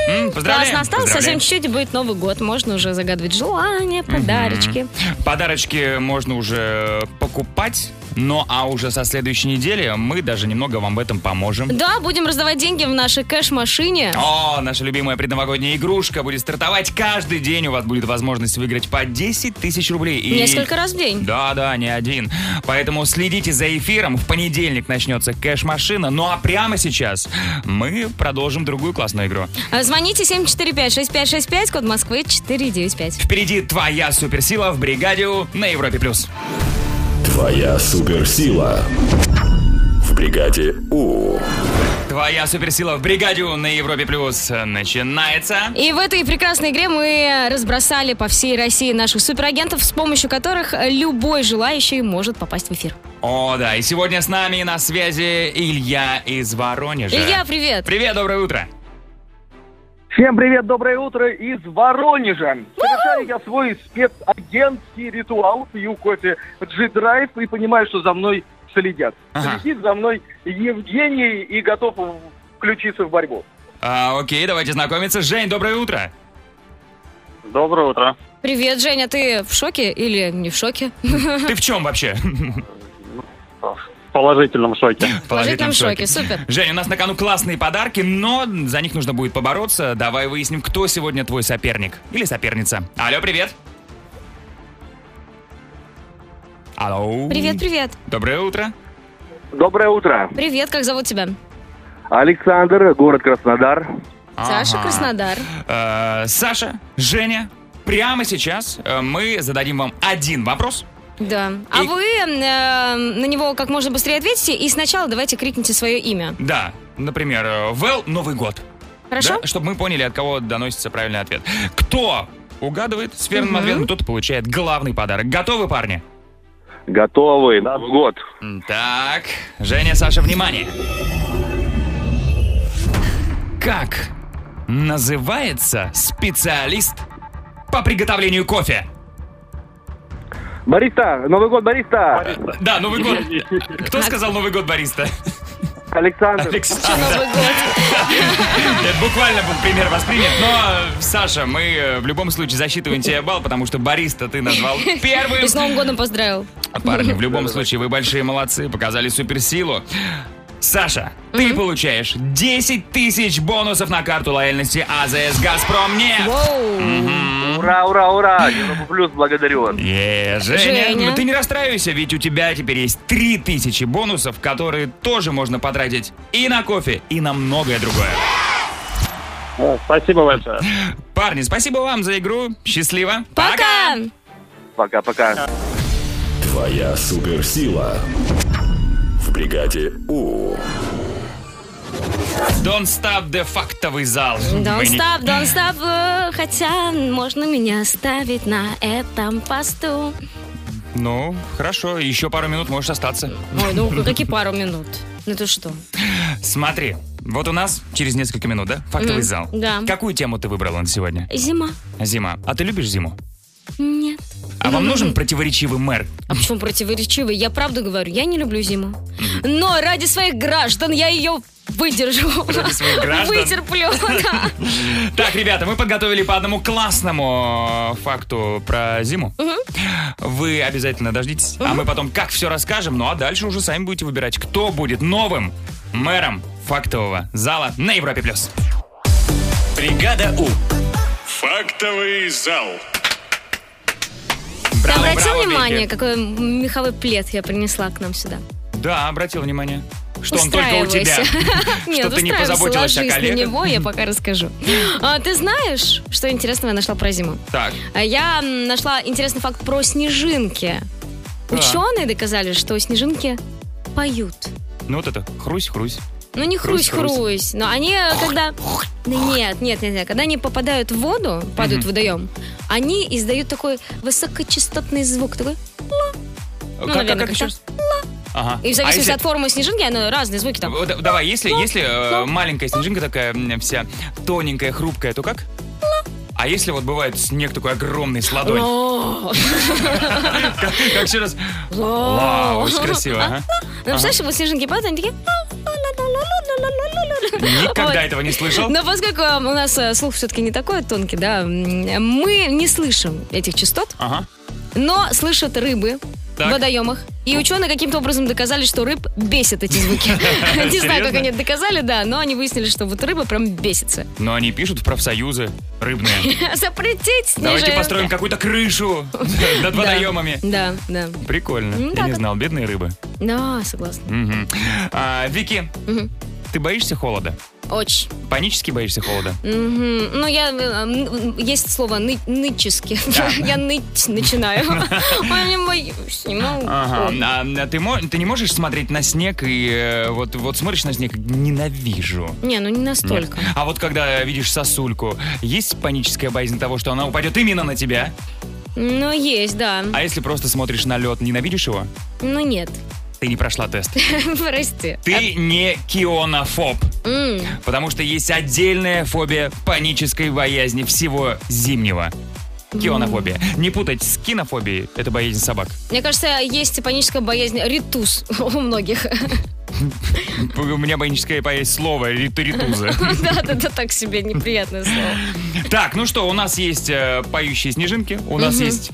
Speaker 1: М, Поздравляем.
Speaker 2: Классно, осталось
Speaker 1: Поздравляем.
Speaker 2: совсем чуть-чуть, и будет Новый год. Можно уже загадывать желания, подарочки.
Speaker 1: Подарочки можно уже покупать, но а уже со следующей недели мы даже немного вам в этом поможем.
Speaker 2: Да, будем раздавать деньги в нашей кэш-машине.
Speaker 1: О, наша любимая предновогодняя игрушка будет стартовать каждый день. У вас будет возможность выиграть по 10 тысяч рублей. И-
Speaker 2: Несколько раз в день.
Speaker 1: Да, да, не один. Поэтому следите за эфиром. В понедельник начнется кэш-машина. Ну а прямо сейчас мы продолжим другую классную игру.
Speaker 2: А Звоните 745-6565, код Москвы 495.
Speaker 1: Впереди твоя суперсила в бригаде У на Европе плюс.
Speaker 3: Твоя суперсила. В бригаде У.
Speaker 1: Твоя суперсила в бригаде У на Европе плюс начинается.
Speaker 2: И в этой прекрасной игре мы разбросали по всей России наших суперагентов, с помощью которых любой желающий может попасть в эфир.
Speaker 1: О, да, и сегодня с нами на связи Илья из Воронежа.
Speaker 2: Илья, привет!
Speaker 1: Привет, доброе утро.
Speaker 11: Всем привет, доброе утро из Воронежа. Совершаю я свой спецагентский ритуал, пью кофе G-Drive и понимаю, что за мной следят. Следит за мной Евгений и готов включиться в борьбу.
Speaker 1: А, окей, давайте знакомиться. Жень, доброе утро.
Speaker 12: Доброе утро.
Speaker 2: Привет, Женя, ты в шоке или не в шоке?
Speaker 1: Ты в чем вообще?
Speaker 12: В положительном шоке.
Speaker 1: В
Speaker 2: положительном шоке, супер.
Speaker 1: Жень, у нас на кону классные подарки, но за них нужно будет побороться. Давай выясним, кто сегодня твой соперник или соперница. Алло, привет. Алло.
Speaker 2: Привет, привет.
Speaker 1: Доброе утро.
Speaker 11: Доброе утро.
Speaker 2: Привет, как зовут тебя?
Speaker 11: Александр, город Краснодар.
Speaker 2: Саша
Speaker 1: Ага.
Speaker 2: Краснодар.
Speaker 1: Э, Саша, Женя, прямо сейчас э, мы зададим вам один вопрос.
Speaker 2: Да. А вы э, на него как можно быстрее ответите и сначала давайте крикните свое имя.
Speaker 1: Да, например, э, Вэл, Новый год.
Speaker 2: Хорошо?
Speaker 1: Чтобы мы поняли, от кого доносится правильный ответ. Кто угадывает с верным
Speaker 2: Мгм.
Speaker 1: ответом, тот получает главный подарок. Готовы, парни?
Speaker 11: Готовы. год.
Speaker 1: Так, Женя, Саша, внимание. Как называется специалист по приготовлению кофе?
Speaker 11: Бориста, Новый год, Бориста.
Speaker 1: Да, Новый год. Кто сказал Новый год, Бориста?
Speaker 11: Александр.
Speaker 1: Александр. [LAUGHS] Это буквально был пример воспринят, но, э, Саша, мы э, в любом случае засчитываем тебе балл, потому что Бориста ты назвал первым.
Speaker 2: И с Новым годом поздравил.
Speaker 1: А, Парни, в любом случае, вы большие молодцы, показали суперсилу. Саша, ты получаешь 10 тысяч бонусов на карту лояльности АЗС «Газпром» нефть.
Speaker 11: Ура, ура, ура. Европа Плюс, благодарю вас.
Speaker 1: Э, Женя, ну ты не расстраивайся, ведь у тебя теперь есть 3000 бонусов, которые тоже можно потратить и на кофе, и на многое другое.
Speaker 12: Спасибо большое.
Speaker 1: Парни, спасибо вам за игру. Счастливо.
Speaker 2: Пока!
Speaker 11: Пока-пока.
Speaker 3: Твоя суперсила. В бригаде У.
Speaker 1: Don't stop де фактовый зал.
Speaker 2: Don't
Speaker 1: Мы не-
Speaker 2: stop, don't stop, э, хотя можно меня оставить на этом посту.
Speaker 1: Ну, хорошо, еще пару минут можешь остаться.
Speaker 2: Ой, ну какие пару минут? Ну ты что?
Speaker 1: Смотри, вот у нас через несколько минут, да? Фактовый
Speaker 2: Мгм,
Speaker 1: зал.
Speaker 2: да.
Speaker 1: Какую тему ты выбрала на сегодня?
Speaker 2: Зима.
Speaker 1: Зима. А ты любишь зиму?
Speaker 2: Нет.
Speaker 1: А
Speaker 2: [LAUGHS]
Speaker 1: вам нужен противоречивый мэр?
Speaker 2: А почему противоречивый? Я правду говорю, я не люблю зиму. Но ради своих граждан я ее выдержу.
Speaker 1: Ради своих граждан?
Speaker 2: Вытерплю, [LAUGHS] да.
Speaker 1: Так, ребята, мы подготовили по одному классному э, факту про зиму.
Speaker 2: Мгм.
Speaker 1: Вы обязательно дождитесь, а мы потом как все расскажем, ну а дальше уже сами будете выбирать, кто будет новым мэром фактового зала на Европе+. плюс. Бригада У.
Speaker 13: Фактовый зал.
Speaker 2: Ты
Speaker 1: Браво,
Speaker 2: обратил
Speaker 1: браво,
Speaker 2: внимание,
Speaker 1: Беки.
Speaker 2: какой меховой плед я принесла к нам сюда?
Speaker 1: Да, обратил внимание, что он только у тебя. [LAUGHS]
Speaker 2: Устраивайся. [LAUGHS] Нет,
Speaker 1: Что ты не
Speaker 2: устраивайся,
Speaker 1: позаботилась о
Speaker 2: ложись на
Speaker 1: коллегах.
Speaker 2: него, я пока расскажу. А, Ты знаешь, что интересного я нашла про зиму?
Speaker 1: Так.
Speaker 2: А Я м, нашла интересный факт про снежинки.
Speaker 1: Да.
Speaker 2: Ученые доказали, что снежинки поют.
Speaker 1: Ну вот это, хрусь-хрусь.
Speaker 2: Ну не
Speaker 1: Хрусь-хрусь.
Speaker 2: хрусь-хрусь, но они э, когда... Да Нет, нет, нет, нет. Когда они попадают в воду, падают в
Speaker 1: Мгм.
Speaker 2: водоем, они издают такой высокочастотный звук, такой... Ну,
Speaker 1: Как-
Speaker 2: наверное,
Speaker 1: как
Speaker 2: как
Speaker 1: еще
Speaker 2: так.
Speaker 1: раз? Ага.
Speaker 2: И в
Speaker 1: А
Speaker 2: зависимости
Speaker 1: если-
Speaker 2: от формы снежинки, оно разные звуки там.
Speaker 1: Вот, Давай, если, если э, маленькая снежинка такая м, вся тоненькая, хрупкая, то как? А А если вот бывает снег такой огромный с ладонь?
Speaker 2: О.
Speaker 1: Как [LAUGHS] как еще раз?
Speaker 2: О.
Speaker 1: Вау, очень красиво. ага.
Speaker 2: [LAUGHS] Ну, представляешь, вот снежинки падают, они такие...
Speaker 1: [LAUGHS] Никогда
Speaker 2: Вот.
Speaker 1: этого не слышал.
Speaker 2: Но поскольку э, у нас э, слух все-таки не такой тонкий, да, м, мы не слышим этих частот,
Speaker 1: Ага.
Speaker 2: но слышат рыбы
Speaker 1: Так.
Speaker 2: в водоемах. И ученые каким-то образом доказали, что рыб бесят эти
Speaker 1: [LAUGHS]
Speaker 2: звуки. Не знаю, как
Speaker 1: Серьезно?
Speaker 2: они это доказали, да, но они выяснили, что вот рыба прям бесится. [LAUGHS]
Speaker 1: Но они пишут в профсоюзы рыбные.
Speaker 2: Запретить
Speaker 1: Давайте
Speaker 2: снижение.
Speaker 1: построим какую-то крышу [LAUGHS] над
Speaker 2: Да.
Speaker 1: водоемами.
Speaker 2: Да, да. Ну,
Speaker 1: Прикольно. Я
Speaker 2: так
Speaker 1: не
Speaker 2: вот.
Speaker 1: знал, бедные рыбы.
Speaker 2: Да, согласна.
Speaker 1: Мгм. А, Вики,
Speaker 2: Мгм.
Speaker 1: ты боишься холода?
Speaker 2: Очень.
Speaker 1: Панически боишься холода?
Speaker 2: Мгм. Ну, я... э, м, Есть слово ны- нычески. [LAUGHS] Я ныть начинаю.
Speaker 1: [LAUGHS]
Speaker 2: Ой, не боюсь, не могу.
Speaker 1: Ага.
Speaker 2: Ой.
Speaker 1: А, а ты, мо- ты не можешь смотреть на снег и э, вот, вот смотришь на снег и ненавижу.
Speaker 2: Не, ну не настолько.
Speaker 1: Нет. А вот когда видишь сосульку, есть паническая боязнь того, что она упадет именно на тебя?
Speaker 2: Ну, есть, да.
Speaker 1: А если просто смотришь на лед, ненавидишь его?
Speaker 2: Ну, нет. [LAUGHS]
Speaker 1: Ты не прошла тест.
Speaker 2: Прости.
Speaker 1: Ты не кионофоб.
Speaker 2: М,
Speaker 1: Потому что есть отдельная фобия панической боязни всего зимнего. Кионофобия. Не путать с кинофобией, это боязнь собак.
Speaker 2: Мне кажется, есть паническая боязнь ритус у многих. [LAUGHS]
Speaker 1: У меня паническая боязнь слова рит-
Speaker 2: [LAUGHS]
Speaker 1: ритуза.
Speaker 2: Да, да, да, так себе неприятное слово.
Speaker 1: Так, ну что, у нас есть э, поющие снежинки, у нас
Speaker 2: Мгм.
Speaker 1: есть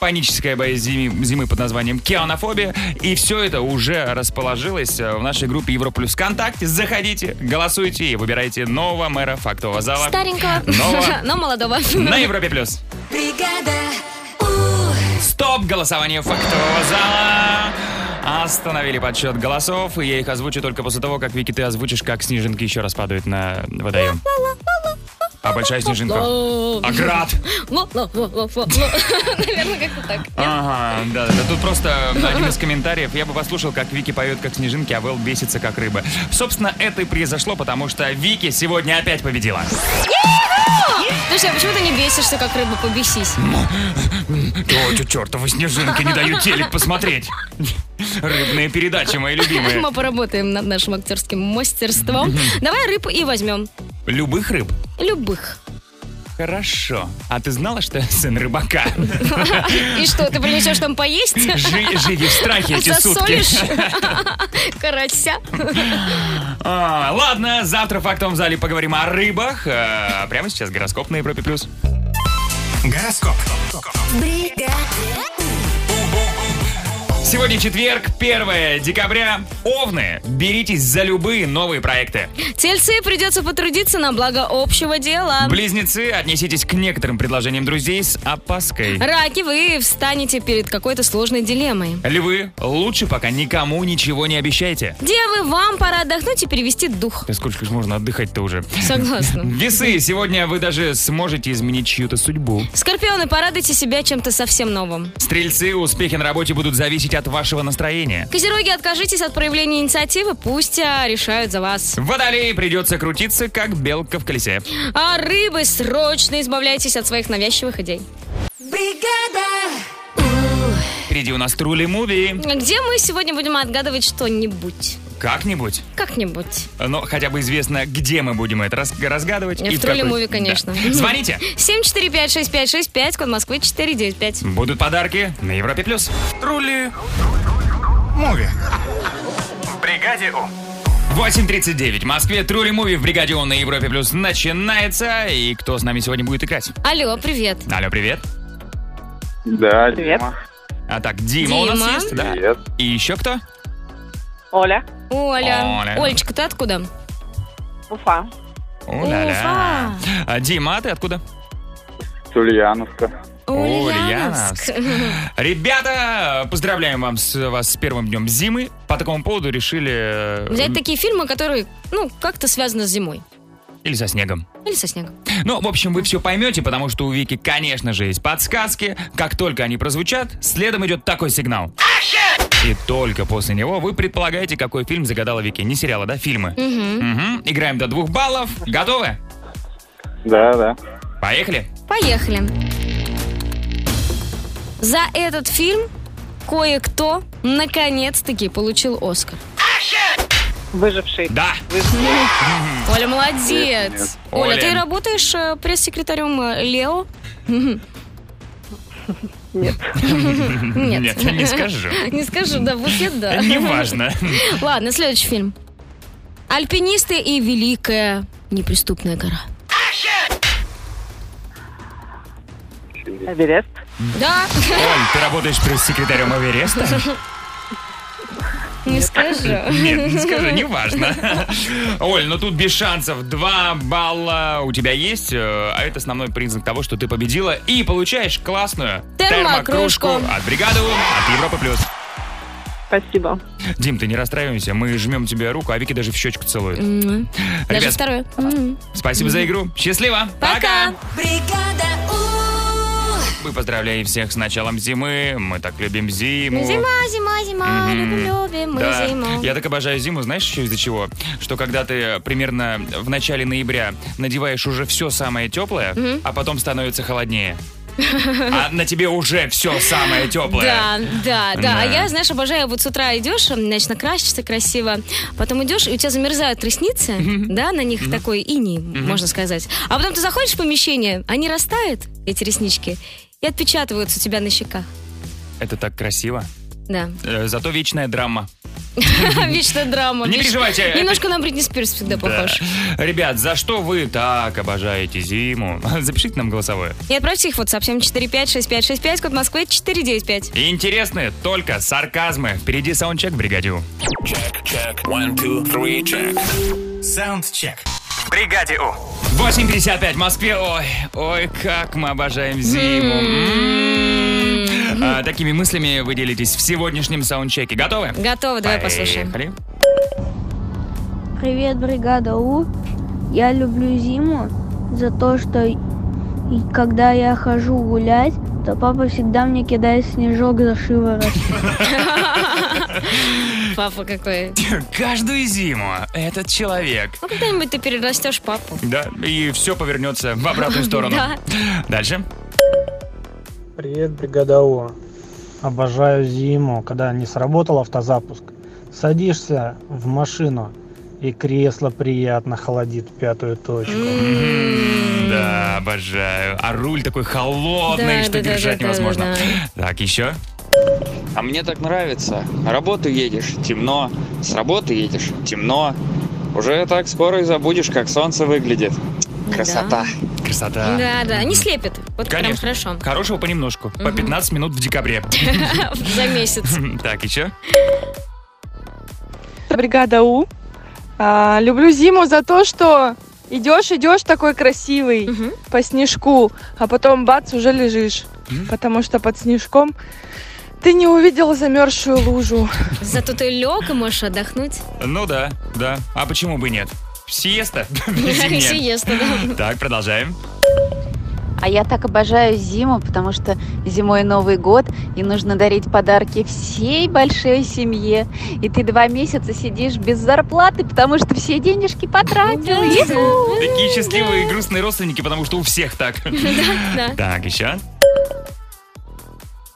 Speaker 1: паническая боязнь зими- зимы под названием кеонофобия. И все это уже расположилось э, в нашей группе Европа Плюс ВКонтакте. Заходите, голосуйте и выбирайте нового мэра фактового зала.
Speaker 2: Старенького,
Speaker 1: Нового
Speaker 2: [LAUGHS] но молодого.
Speaker 1: на
Speaker 2: [LAUGHS]
Speaker 1: Европе Плюс.
Speaker 4: Бригада.
Speaker 1: Стоп голосование фактового зала. Остановили подсчет голосов, и я их озвучу только после того, как Вики, ты озвучишь, как снежинки еще раз падают на водоем. А большая снежинка? А град?
Speaker 2: Ло, ло, ло, ло, ло, ло. [LAUGHS] Наверное, как-то так.
Speaker 1: Ага, да, да, да. Тут просто один из комментариев. Я бы послушал, как Вики поет как снежинки, а Вэл бесится как рыба. Собственно, это и произошло, потому что Вики сегодня опять победила.
Speaker 2: Слушай, а почему ты не бесишься, как рыба, побесись?
Speaker 1: Тетя чертова снежинки не дают телек посмотреть. Рыбные передачи, мои любимые.
Speaker 2: Мы поработаем над нашим актерским мастерством. Давай рыб и возьмем.
Speaker 1: Любых рыб?
Speaker 2: Любых. [LAUGHS]
Speaker 1: Хорошо. А ты знала, что я сын рыбака?
Speaker 2: И что, ты принесешь там поесть?
Speaker 1: Жи- живи в страхе эти сутки.
Speaker 2: Засолишь? [LAUGHS] Карася.
Speaker 1: А, ладно, завтра в фактовом зале поговорим о рыбах. А, прямо сейчас гороскоп на Европе+. плюс. Гороскоп. Сегодня четверг, 1 декабря. Овны, беритесь за любые новые проекты.
Speaker 2: Тельцы придется потрудиться на благо общего дела.
Speaker 1: Близнецы, отнеситесь к некоторым предложениям друзей с опаской.
Speaker 2: Раки, вы встанете перед какой-то сложной дилеммой.
Speaker 1: Львы, лучше пока никому ничего не обещайте.
Speaker 2: Девы, вам пора отдохнуть и перевести дух.
Speaker 1: Да сколько же можно отдыхать-то уже?
Speaker 2: Согласна.
Speaker 1: Весы, сегодня вы даже сможете изменить чью-то судьбу.
Speaker 2: Скорпионы, порадуйте себя чем-то совсем новым.
Speaker 1: Стрельцы, успехи на работе будут зависеть от вашего настроения.
Speaker 2: Козероги, откажитесь от проявления инициативы, пусть а, решают за вас.
Speaker 1: Водолеи придется крутиться, как белка в колесе.
Speaker 2: А рыбы, срочно избавляйтесь от своих навязчивых идей.
Speaker 1: Впереди у нас Трули Муви.
Speaker 2: Где мы сегодня будем отгадывать что-нибудь?
Speaker 1: Как-нибудь.
Speaker 2: Как-нибудь.
Speaker 1: Но хотя бы известно, где мы будем это раз- разгадывать. и
Speaker 2: В тролле
Speaker 1: какой.
Speaker 2: муви,
Speaker 1: Да.
Speaker 2: конечно.
Speaker 1: Звоните.
Speaker 2: 745-6565, код Москвы 495.
Speaker 1: Будут подарки на Европе+. плюс. Трули Муви.
Speaker 6: Бригаде У.
Speaker 1: 8.39 в Москве. Трули Муви в Бригаде Он на Европе+. плюс начинается. И кто с нами сегодня будет играть?
Speaker 2: Алло, привет.
Speaker 1: Алло, привет.
Speaker 12: Да,
Speaker 1: Привет. А так, Дима, у нас
Speaker 2: Дима.
Speaker 1: есть, да? И еще кто?
Speaker 2: Оля. Оля.
Speaker 1: Оля.
Speaker 2: Олечка, ты откуда? Уфа.
Speaker 1: Уля-ля. А, Дима, а ты откуда?
Speaker 12: Ульяновка.
Speaker 1: [LAUGHS] Ульяновск. Ребята, поздравляем вам с, вас с первым днем зимы. По такому поводу решили... э,
Speaker 2: Взять такие фильмы, которые, ну, как-то связаны с зимой.
Speaker 1: Или со снегом.
Speaker 2: Или со снегом.
Speaker 1: Ну, в общем, вы все поймете, потому что у Вики, конечно же, есть подсказки. Как только они прозвучат, следом идет такой сигнал. И только после него вы предполагаете, какой фильм загадала Вики. Не сериалы, да? Фильмы. Мгм. Играем до двух баллов. Готовы?
Speaker 12: Да, да.
Speaker 1: Поехали.
Speaker 2: Поехали. За этот фильм кое-кто наконец-таки получил Оскар.
Speaker 7: Выживший.
Speaker 1: Да.
Speaker 2: Оля, молодец.
Speaker 7: Нет, нет.
Speaker 2: Оля,
Speaker 7: Оля.
Speaker 2: ты работаешь э, пресс-секретарем э, Лео? Мгм.
Speaker 7: Нет.
Speaker 1: Нет, не скажу.
Speaker 2: Не скажу, да, в Уфе, да.
Speaker 1: Неважно.
Speaker 2: [LAUGHS] Ладно, следующий фильм. «Альпинисты и великая неприступная гора».
Speaker 7: Эверест.
Speaker 2: Да.
Speaker 1: Оль, ты работаешь пресс-секретарем Эвереста?
Speaker 2: [LAUGHS] Не скажу.
Speaker 1: Нет, не скажу, неважно. Оль, ну тут без шансов. Два балла у тебя есть, э, а это основной признак того, что ты победила и получаешь классную
Speaker 2: Термокружку.
Speaker 1: термокружку от бригады «У» от Европы+. плюс.
Speaker 7: Спасибо.
Speaker 1: Дим, ты не расстраивайся, мы жмем тебе руку, а Вики даже в щечку целует.
Speaker 2: Мгм. Даже
Speaker 1: Ребят,
Speaker 2: второе. Мгм.
Speaker 1: Спасибо за игру, счастливо!
Speaker 2: Пока.
Speaker 1: Мы поздравляем всех с началом зимы, мы так любим зиму.
Speaker 2: Зима, зима, зима,
Speaker 1: Мгм.
Speaker 2: любим, мы
Speaker 1: Да.
Speaker 2: зиму.
Speaker 1: Я так обожаю зиму, знаешь еще из-за чего? Что когда ты э, примерно в начале ноября надеваешь уже все самое теплое,
Speaker 2: Мгм.
Speaker 1: а потом становится холоднее. А на тебе уже все самое теплое.
Speaker 2: Да, да, да.
Speaker 1: Да.
Speaker 2: А я, знаешь, обожаю, вот с утра идешь, значит, накрасишься красиво, потом идешь, и у тебя замерзают ресницы, да, на них такой иней, можно сказать. А потом ты заходишь в помещение, они растают, эти реснички, и отпечатываются у тебя на щеках.
Speaker 1: Это так красиво.
Speaker 2: Да.
Speaker 1: Э, Зато вечная драма.
Speaker 2: Вечная драма.
Speaker 1: Не
Speaker 2: [LAUGHS] Вечно-
Speaker 1: переживайте, это-
Speaker 2: Немножко на Бритни Спирс всегда похож.
Speaker 1: Да. Ребят, за что вы так обожаете зиму? [LAUGHS] Запишите нам голосовое.
Speaker 2: И отправьте их вот сообщением 4556565, код Москвы 495.
Speaker 1: Интересны только сарказмы. Впереди саундчек в бригаде. У.
Speaker 6: Саундчек. В бригаде У.
Speaker 1: 8.55 в Москве. Ой, ой, как мы обожаем зиму.
Speaker 2: М-м-м.
Speaker 1: М. А, такими мыслями вы делитесь в сегодняшнем саундчеке. Готовы?
Speaker 2: Готовы, давай послушаем.
Speaker 1: Поехали.
Speaker 9: Привет, бригада У. Я люблю зиму за то, что и когда я хожу гулять, то папа всегда мне кидает снежок за шиворот.
Speaker 2: Папа какой.
Speaker 1: Каждую зиму этот человек.
Speaker 2: Ну, когда-нибудь ты перерастешь папу.
Speaker 1: Да, и все повернется в
Speaker 14: [LAUGHS]
Speaker 1: обратную сторону.
Speaker 2: Да.
Speaker 1: Дальше.
Speaker 14: Привет, бригада О. Обожаю зиму, когда не сработал автозапуск. Садишься в машину, и кресло приятно холодит пятую точку.
Speaker 1: Да, обожаю. А руль такой холодный,
Speaker 14: Да,
Speaker 1: что
Speaker 14: да, да,
Speaker 1: держать
Speaker 14: да, да,
Speaker 1: невозможно. Так, еще.
Speaker 15: А мне так нравится. На работу едешь, темно. С работы едешь, темно. Уже так скоро и забудешь, как солнце выглядит. Красота.
Speaker 1: Красота.
Speaker 2: Да, да, не слепит. Вот прям
Speaker 1: Конечно.
Speaker 2: хорошо. [LAUGHS]
Speaker 1: Хорошего понемножку. По
Speaker 2: Мгм.
Speaker 1: 15 минут в
Speaker 2: [LAUGHS]
Speaker 1: декабре.
Speaker 2: За месяц.
Speaker 1: [LAUGHS] Так, еще.
Speaker 16: Бригада У. А, люблю зиму за то, что идешь, идешь такой красивый по снежку, а потом бац, уже лежишь. Потому что под снежком ты не увидел замерзшую лужу.
Speaker 2: Зато ты лег и можешь отдохнуть.
Speaker 1: Ну да, да. А почему бы и нет? Сиеста? [LAUGHS] Зимняя.
Speaker 2: Сиеста, [LAUGHS] да.
Speaker 1: Так, продолжаем.
Speaker 17: А я так обожаю зиму, потому что зимой Новый год, и нужно дарить подарки всей большой семье. И ты два месяца сидишь без зарплаты, потому что все денежки потратил.
Speaker 2: Ну
Speaker 17: Ю-ху!
Speaker 1: Такие счастливые и грустные родственники, потому что у всех
Speaker 2: [LAUGHS]
Speaker 1: так.
Speaker 17: да.
Speaker 1: Так, еще.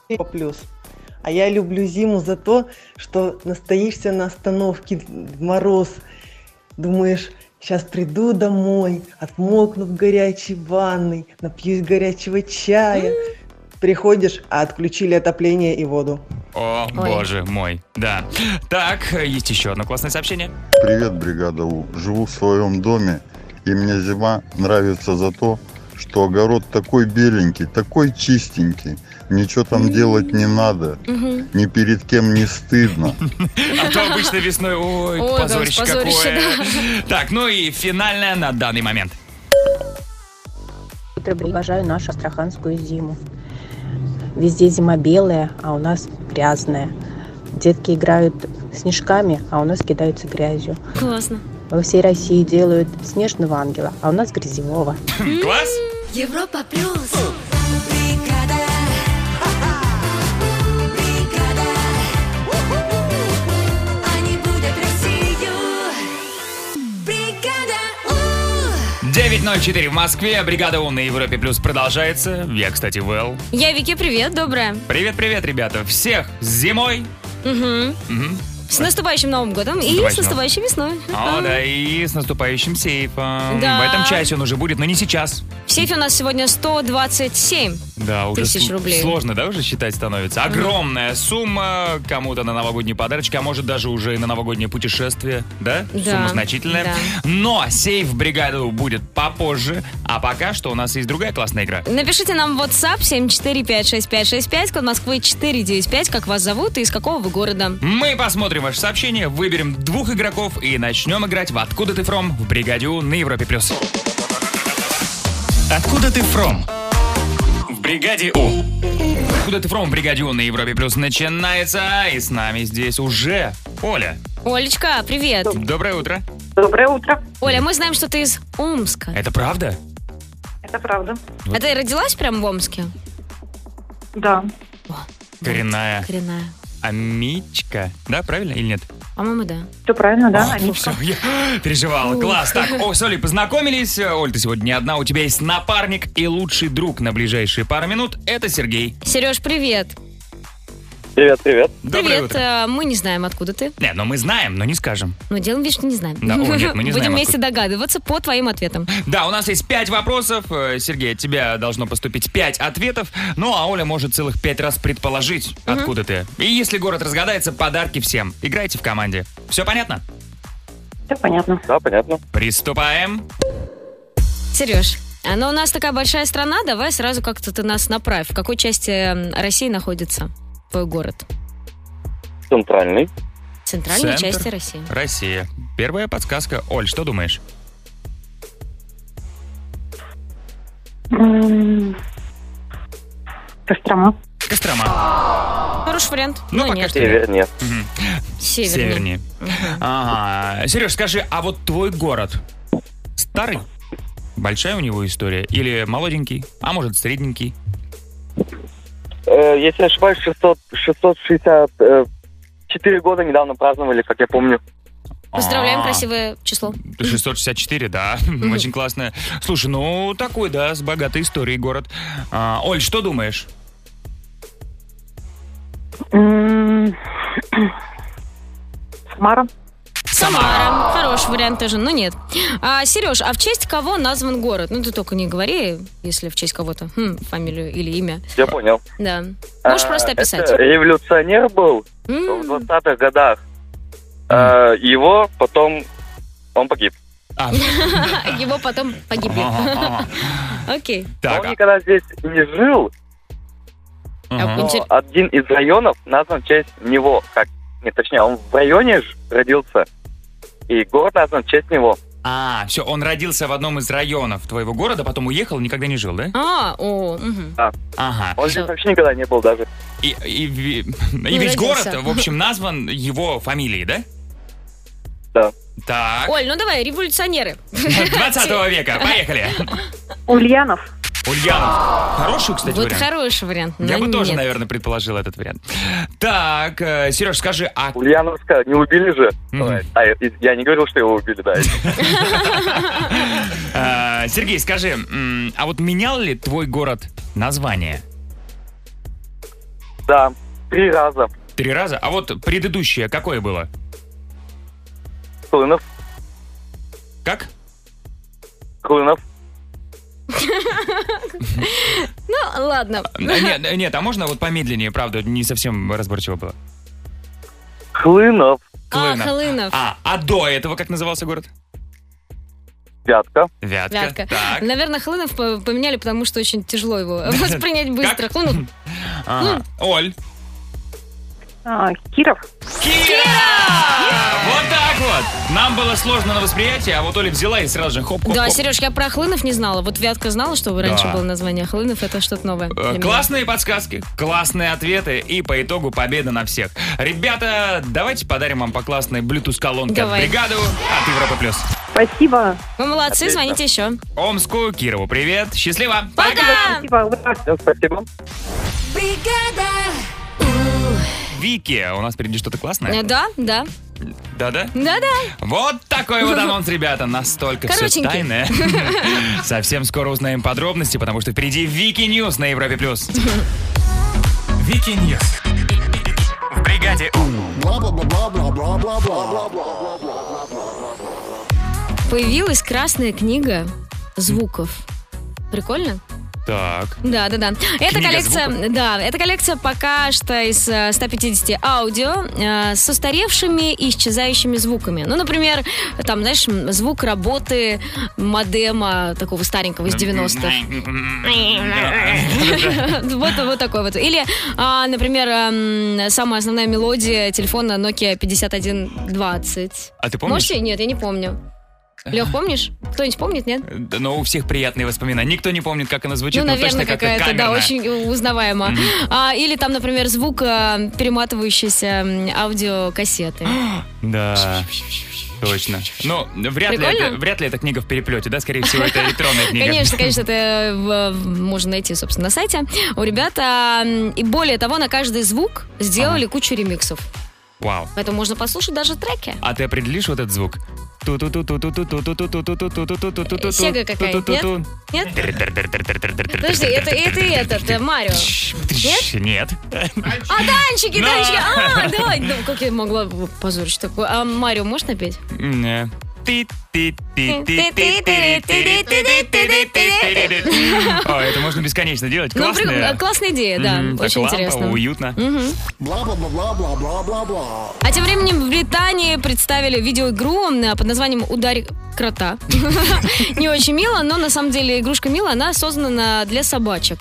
Speaker 18: Европа плюс. А я люблю зиму за то, что настоишься на остановке в мороз. Думаешь, сейчас приду домой, отмокну в горячей ванной, напьюсь горячего чая. Приходишь, а отключили отопление и воду.
Speaker 1: О, боже мой. Да. Так, есть еще одно классное
Speaker 2: [LAUGHS]
Speaker 1: сообщение.
Speaker 19: Привет, бригада У. Живу в своем доме, и мне зима нравится за то, что огород такой беленький, такой чистенький. Ничего там делать не надо.
Speaker 2: Мгм.
Speaker 19: Ни перед кем не стыдно.
Speaker 1: А то обычно весной, ой,
Speaker 2: Ой,
Speaker 1: позорище
Speaker 2: Галочка, позорище,
Speaker 1: какое. [LAUGHS] Так, ну и финальное на данный момент. [LAUGHS]
Speaker 20: утро приглашаю нашу астраханскую зиму. Везде зима белая, а у нас грязная. Детки играют снежками, а у нас кидаются грязью.
Speaker 2: Классно.
Speaker 20: Во всей России делают снежного ангела, а у нас грязевого.
Speaker 1: Класс.
Speaker 4: Европа плюс. Бригада. Ха-ха. Бригада. Они будут Россию. Бригада. У.
Speaker 1: 9.04 в Москве, бригада У на Европе Плюс продолжается. Я, кстати, Вэл.
Speaker 2: Я Вики, привет, доброе.
Speaker 1: Привет-привет, ребята. Всех с зимой.
Speaker 2: Мгм.
Speaker 1: Мгм.
Speaker 2: С С наступающим Новым годом и с
Speaker 1: наступающим.
Speaker 2: наступающей весной.
Speaker 1: О, да, и с наступающим сейфом.
Speaker 2: Да.
Speaker 1: В этом часе он уже будет, но не сейчас.
Speaker 2: В сейфе у нас сегодня 127.
Speaker 1: Да, уже
Speaker 2: Тысяч
Speaker 1: сл-
Speaker 2: рублей.
Speaker 1: сложно, да, уже считать становится?
Speaker 2: Мгм.
Speaker 1: Огромная сумма, кому-то на новогодние подарочки, а может даже уже и на новогоднее путешествие, да?
Speaker 2: Да,
Speaker 1: Сумма значительная.
Speaker 2: да.
Speaker 1: Но сейф в бригаду будет попозже, а пока что у нас есть другая классная игра.
Speaker 2: Напишите нам в WhatsApp 7456565, код Москвы 495, как вас зовут и из какого вы города.
Speaker 1: Мы посмотрим ваше сообщение, выберем двух игроков и начнем играть в «Откуда ты фром» в бригаде У» на Европе+. плюс. «Откуда ты фром» в бригаде У. «Откуда ты фром» в бригаде У на Европе+. плюс начинается, и с нами здесь уже Оля.
Speaker 2: Олечка, привет.
Speaker 1: Доброе утро.
Speaker 2: Доброе утро. Оля, мы знаем, что ты из Омска.
Speaker 1: Это правда?
Speaker 2: Это правда. А ты родилась прям в Омске? Да.
Speaker 1: Коренная.
Speaker 2: Коренная.
Speaker 1: Амичка. Да, правильно или нет?
Speaker 2: По-моему, да. Все правильно, да, Аничка.
Speaker 1: ну Всё, я [GASPS] переживала.
Speaker 2: Ух.
Speaker 1: Класс. Так,
Speaker 2: [LAUGHS]
Speaker 1: о, с Олей познакомились. Оль, ты сегодня не одна. У тебя есть напарник и лучший друг на ближайшие пару минут. Это Сергей.
Speaker 2: Сереж, привет.
Speaker 1: Привет, привет. Доброе
Speaker 2: привет.
Speaker 1: утро.
Speaker 2: э, Мы не знаем, откуда ты.
Speaker 1: Не, но мы знаем, но не скажем.
Speaker 2: Но делаем вид, что не знаем.
Speaker 1: Да,
Speaker 2: [LAUGHS]
Speaker 1: о, нет, мы не
Speaker 2: Будем
Speaker 1: знаем,
Speaker 2: вместе догадываться по твоим ответам.
Speaker 1: Да, у нас есть пять вопросов. Э, Сергей, от тебя должно поступить пять ответов. Ну, а Оля может целых пять раз предположить,
Speaker 2: Мгм.
Speaker 1: откуда ты. И если город разгадается, подарки всем. Играйте в команде. Все понятно?
Speaker 2: Все понятно.
Speaker 1: Да, понятно. Приступаем.
Speaker 2: Сереж, а, ну у нас такая большая страна, давай сразу как-то ты нас направь. В какой части м, России находится твой город?
Speaker 21: Центральный.
Speaker 2: В центральной
Speaker 1: Центр.
Speaker 2: части России.
Speaker 1: Россия. Первая подсказка. Оль, что думаешь?
Speaker 7: Кострома.
Speaker 1: Кострома.
Speaker 2: Хороший вариант.
Speaker 1: Ну, пока
Speaker 2: нет.
Speaker 1: что
Speaker 21: Севернее.
Speaker 1: Мгм.
Speaker 2: Севернее.
Speaker 1: Севернее. Ага. Сереж, скажи, а вот твой город старый? Большая у него история? Или молоденький? А может, средненький?
Speaker 21: Э, Если не ошибаюсь, 600, 664 э, года недавно праздновали, как я помню.
Speaker 2: Поздравляем,
Speaker 1: А.
Speaker 2: красивое число.
Speaker 1: 664, да. Очень классно. Слушай, ну такой, да, с богатой историей город. А, Оль, что думаешь?
Speaker 7: [CLEARS THROAT] Самара.
Speaker 2: Самара. Хороший вариант тоже, но нет. А, Сереж, а в честь кого назван город? Ну, ты только не говори, если в честь кого-то. Хм, фамилию или имя.
Speaker 21: Я понял.
Speaker 2: Да. Можешь
Speaker 21: А,
Speaker 2: просто описать.
Speaker 21: это революционер был
Speaker 2: [LAUGHS]
Speaker 21: в 20-х годах. А, Его потом... Он погиб.
Speaker 2: а Его потом погибли.
Speaker 21: Ага,
Speaker 2: [LAUGHS] Окей.
Speaker 21: Но он никогда здесь не жил.
Speaker 1: а,
Speaker 2: Ага.
Speaker 21: но
Speaker 2: Интер-
Speaker 21: один из районов назван в честь него. Как... Нет, точнее, он в районе ж родился. И город назван в честь него.
Speaker 1: А, все, он родился в одном из районов твоего города, потом уехал и никогда не жил, да?
Speaker 2: А, о, мгм.
Speaker 1: Ага.
Speaker 21: Он здесь вообще никогда не был даже.
Speaker 1: И, и ви- и
Speaker 2: Ну,
Speaker 1: весь город,
Speaker 2: родился.
Speaker 1: в общем, назван его фамилией, да?
Speaker 21: Да.
Speaker 1: Так.
Speaker 2: Оль, ну давай,
Speaker 1: [LAUGHS]
Speaker 2: революционеры.
Speaker 1: 20 века, поехали.
Speaker 7: Ульянов.
Speaker 1: Ульянов. Хороший, кстати,
Speaker 2: Вот
Speaker 1: вариант.
Speaker 2: хороший вариант.
Speaker 1: Я
Speaker 2: но
Speaker 1: бы тоже,
Speaker 2: нет.
Speaker 1: наверное, предположил этот вариант. Так, Сереж, скажи, а...
Speaker 21: Ульяновска не убили же? А, э, я не говорил, что его убили, да.
Speaker 1: э, Сергей, скажи, м, а вот менял ли твой город название?
Speaker 21: Да, три раза.
Speaker 1: Три раза? А вот предыдущее какое было?
Speaker 21: Клынов.
Speaker 1: Как?
Speaker 21: Клынов.
Speaker 2: Ну, ладно.
Speaker 1: Нет, нет, а можно вот помедленнее, правда, не совсем разборчиво было.
Speaker 21: Клынов.
Speaker 2: А, Хлынов.
Speaker 1: А, а до этого как назывался город?
Speaker 21: Вятка.
Speaker 1: Вятка.
Speaker 2: Вятка. Ну,
Speaker 1: Так.
Speaker 2: Наверное, Хлынов по- поменяли, потому что очень тяжело
Speaker 1: [LAUGHS]
Speaker 2: его воспринять быстро. Хлынов. хм.
Speaker 1: Ага. Оль.
Speaker 7: А, Киров.
Speaker 1: Вот так вот. Нам было сложно на восприятие, а вот Оля взяла и сразу же хоп-хоп-хоп.
Speaker 2: Да, Сереж, я про Хлынов не знала. Вот Вятка знала, что раньше
Speaker 1: Да.
Speaker 2: было название Хлынов. Это что-то новое. для
Speaker 1: Э,
Speaker 2: меня.
Speaker 1: Классные подсказки, классные ответы и по итогу победа на всех. Ребята, давайте подарим вам по классной Bluetooth колонке
Speaker 2: Давай.
Speaker 1: от бригаду от Европы плюс.
Speaker 7: Спасибо.
Speaker 2: Вы молодцы,
Speaker 1: Отлично.
Speaker 2: звоните еще.
Speaker 1: Омску, Кирову, привет, счастливо.
Speaker 7: Спасибо.
Speaker 21: Спасибо.
Speaker 1: Вики, а у нас впереди что-то классное?
Speaker 2: Э, Да, да,
Speaker 1: Да-да.
Speaker 2: да-да.
Speaker 1: Вот такой
Speaker 2: [LAUGHS]
Speaker 1: вот анонс, ребята, настолько все
Speaker 2: Коротенький. [LAUGHS]
Speaker 1: тайное. Совсем скоро узнаем подробности, потому что впереди Вики Ньюс
Speaker 2: [LAUGHS]
Speaker 1: на Европе плюс. Вики Ньюс. В бригаде У.
Speaker 2: Появилась красная книга звуков. Прикольно?
Speaker 1: Так.
Speaker 2: Да, да, да. Это
Speaker 1: Книга
Speaker 2: коллекция, да, это коллекция пока что из э, 150 аудио э, с устаревшими и исчезающими звуками. Ну, например, там, знаешь, м, звук работы модема такого старенького
Speaker 1: Ну,
Speaker 2: из 90-х. [LAUGHS] Вот, вот такой вот. Или, а, например, эм, самая основная мелодия телефона Nokia 5120.
Speaker 1: А ты помнишь?
Speaker 2: Можете? Нет, я не помню. Лех, помнишь? Кто-нибудь помнит, нет?
Speaker 1: Да, Но у всех приятные воспоминания. Никто не помнит, как она звучит,
Speaker 2: ну,
Speaker 1: но
Speaker 2: наверное,
Speaker 1: точно как-то
Speaker 2: какая-то, да,
Speaker 1: камерная.
Speaker 2: очень узнаваема.
Speaker 1: Мгм.
Speaker 2: А, или там, например, звук э, перематывающейся м,
Speaker 1: [GASPS]
Speaker 2: аудиокассеты.
Speaker 1: Да. Точно. Ну, вряд ли,
Speaker 2: Прикольно?
Speaker 1: это, вряд ли эта книга в переплете, да? Скорее всего, это электронная книга.
Speaker 2: Конечно, конечно, это в- в- можно найти, собственно, на сайте. У ребят, а, м, и более того, на каждый звук сделали кучу ремиксов.
Speaker 1: Вау.
Speaker 2: Поэтому можно послушать даже треки.
Speaker 1: А ты определишь вот этот звук?
Speaker 2: Сега
Speaker 1: Сега
Speaker 2: какая-нибудь,
Speaker 1: [LAUGHS]
Speaker 2: нет? Нет? Подожди, это это и этот, э,
Speaker 1: [LAUGHS]
Speaker 2: Марио. Нет?
Speaker 1: Нет.
Speaker 2: А, танчики,
Speaker 1: Да.
Speaker 2: танчики!
Speaker 1: [LAUGHS]
Speaker 2: А, давай! Ну, Как я могла позорить такое? А Марио можешь напеть?
Speaker 1: Не. О, это можно бесконечно делать.
Speaker 2: Ну, прик-
Speaker 1: Классная.
Speaker 2: классная идея, Э, да.
Speaker 1: Мгм, так
Speaker 2: Очень
Speaker 1: лампово,
Speaker 2: интересно.
Speaker 1: уютно.
Speaker 2: Мгм.
Speaker 3: Бла-бла-бла-бла-бла-бла-бла.
Speaker 2: А тем временем в Британии представили видеоигру э, под названием «Ударь крота». [LAUGHS] Не очень мило, но на самом деле игрушка мила, она создана на- для собачек.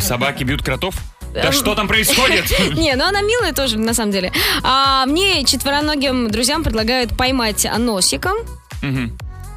Speaker 1: Собаки бьют кротов? Да
Speaker 2: Эм.
Speaker 1: что там
Speaker 2: [LAUGHS]
Speaker 1: происходит?
Speaker 2: Не, ну она милая тоже, на самом деле. А мне четвероногим друзьям предлагают поймать носиком
Speaker 1: Мгм.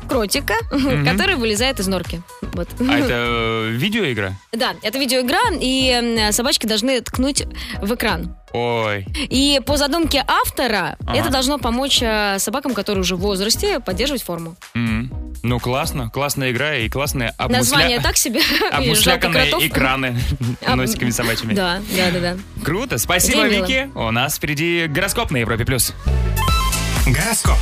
Speaker 2: кротика,
Speaker 1: Мгм.
Speaker 2: который вылезает из норки. Вот.
Speaker 1: А это э, видеоигра?
Speaker 2: [LAUGHS] Да, это видеоигра, и э, собачки должны ткнуть в экран.
Speaker 1: Ой.
Speaker 2: И по задумке автора,
Speaker 1: Ага.
Speaker 2: это должно помочь э, собакам, которые уже в возрасте, поддерживать форму.
Speaker 1: Мгм. Ну, классно. Классная игра и классная обмусля-
Speaker 2: Название так себе.
Speaker 1: а
Speaker 2: и жалко кротов.
Speaker 1: обмусляканные
Speaker 2: [LAUGHS]
Speaker 1: экраны Ну,
Speaker 2: А,
Speaker 1: носиками собачьими.
Speaker 2: Да, да, да, да.
Speaker 1: Круто. Спасибо,
Speaker 2: Где мило.
Speaker 1: Вики. У нас впереди гороскоп на Европе+. плюс. Гороскоп.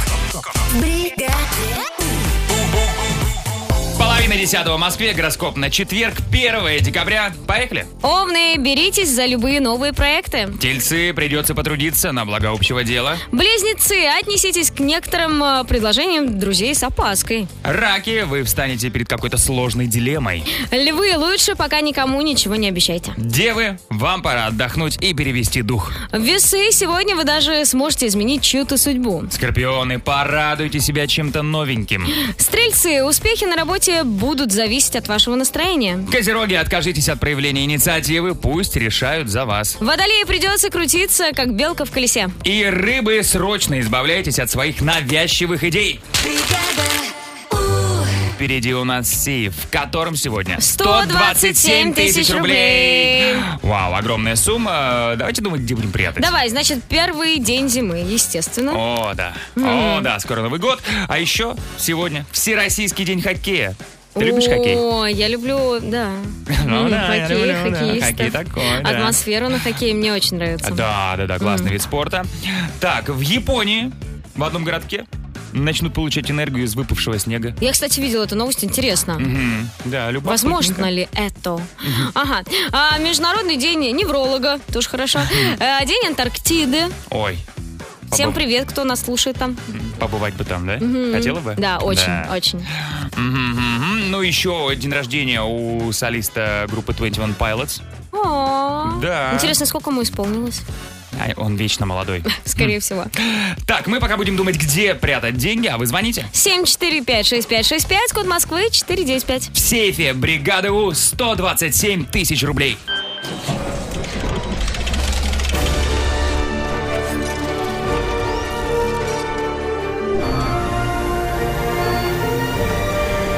Speaker 1: Половина десятого в Москве. Гороскоп на четверг, 1 декабря. Поехали.
Speaker 2: Овны, беритесь за любые новые проекты.
Speaker 1: Тельцы придется потрудиться на благо общего дела.
Speaker 2: Близнецы, отнеситесь к некоторым э, предложениям друзей с опаской.
Speaker 1: Раки, вы встанете перед какой-то сложной дилеммой.
Speaker 2: Львы, лучше пока никому ничего не обещайте.
Speaker 1: Девы, вам пора отдохнуть и перевести дух.
Speaker 2: Весы, сегодня вы даже сможете изменить чью-то судьбу.
Speaker 1: Скорпионы, порадуйте себя чем-то новеньким.
Speaker 2: Стрельцы, успехи на работе будут зависеть от вашего настроения.
Speaker 1: Козероги, откажитесь от проявления инициативы, пусть решают за вас.
Speaker 2: Водолею придется крутиться, как белка в колесе.
Speaker 1: И рыбы, срочно избавляйтесь от своих навязчивых идей. Впереди у нас сейф, в котором сегодня
Speaker 2: 127 тысяч рублей.
Speaker 1: Вау, огромная сумма. Давайте думать, где будем прятать.
Speaker 2: Давай, значит, первый день зимы, естественно.
Speaker 1: О, да. О,
Speaker 2: М.
Speaker 1: да, скоро Новый год. А еще сегодня Всероссийский день хоккея. Ты любишь хоккей?
Speaker 2: О, я люблю, да.
Speaker 1: Ну
Speaker 2: М,
Speaker 1: да, я
Speaker 2: хоккей,
Speaker 1: люблю, да.
Speaker 2: хоккеистов.
Speaker 1: Хоккей такой, да. А,
Speaker 2: Атмосфера на хоккее мне очень нравится.
Speaker 1: Да, да, да, классный вид спорта. Так, в Японии, в одном городке, начнут получать энергию из выпавшего снега.
Speaker 2: Я, кстати, видела эту новость, интересно.
Speaker 1: Мгм. Да, любопытненько.
Speaker 2: Возможно ли это? Ага. А, Международный день невролога, тоже хорошо. Э, День Антарктиды.
Speaker 1: Ой.
Speaker 2: Всем
Speaker 1: Побыв-
Speaker 2: привет, кто нас слушает там.
Speaker 1: Побывать бы там, да?
Speaker 2: Мгм.
Speaker 1: Хотела бы?
Speaker 2: Да, очень,
Speaker 1: Да.
Speaker 2: очень.
Speaker 1: Мгм, мгм. Ну, еще день рождения у солиста группы 21 Pilots.
Speaker 2: О,
Speaker 1: Да.
Speaker 2: Интересно, сколько ему исполнилось?
Speaker 1: А, Он вечно
Speaker 2: [LAUGHS]
Speaker 1: молодой.
Speaker 2: Скорее всего.
Speaker 1: Так, мы пока будем думать, где прятать деньги, а вы звоните.
Speaker 2: 7456565, код Москвы 495.
Speaker 1: В сейфе бригады У 127 тысяч рублей.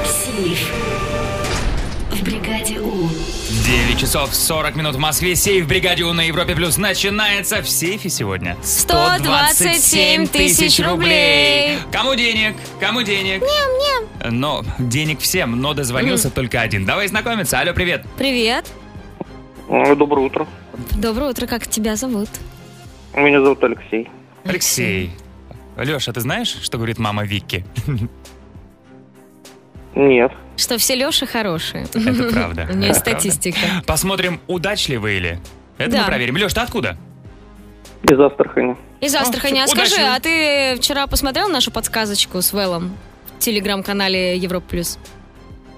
Speaker 5: Сейф. В бригаде У.
Speaker 1: 9 часов 40 минут в Москве. Сейф бригаде У на Европе Плюс начинается в сейфе сегодня.
Speaker 2: 127 тысяч рублей.
Speaker 1: Кому денег? Кому денег?
Speaker 2: Ням-ням.
Speaker 1: Но денег всем, но дозвонился только один. Давай знакомиться. Алло, привет.
Speaker 2: Привет.
Speaker 22: Доброе утро.
Speaker 2: Доброе утро, как тебя зовут?
Speaker 22: Меня зовут Алексей.
Speaker 1: Алексей. Леша, ты знаешь, что говорит мама Вики?
Speaker 22: Нет.
Speaker 2: Что все Леши хорошие.
Speaker 1: Это правда.
Speaker 2: [LAUGHS] У нее есть
Speaker 1: Это правда.
Speaker 2: статистика.
Speaker 1: Посмотрим, удачливы ли. Это
Speaker 2: Да.
Speaker 1: мы проверим. Леш, ты откуда?
Speaker 22: Из Астрахани.
Speaker 1: Ну,
Speaker 2: Из Астрахани. А
Speaker 22: удачи.
Speaker 2: скажи, а ты вчера посмотрел нашу подсказочку с Вэллом в телеграм-канале Европа Плюс?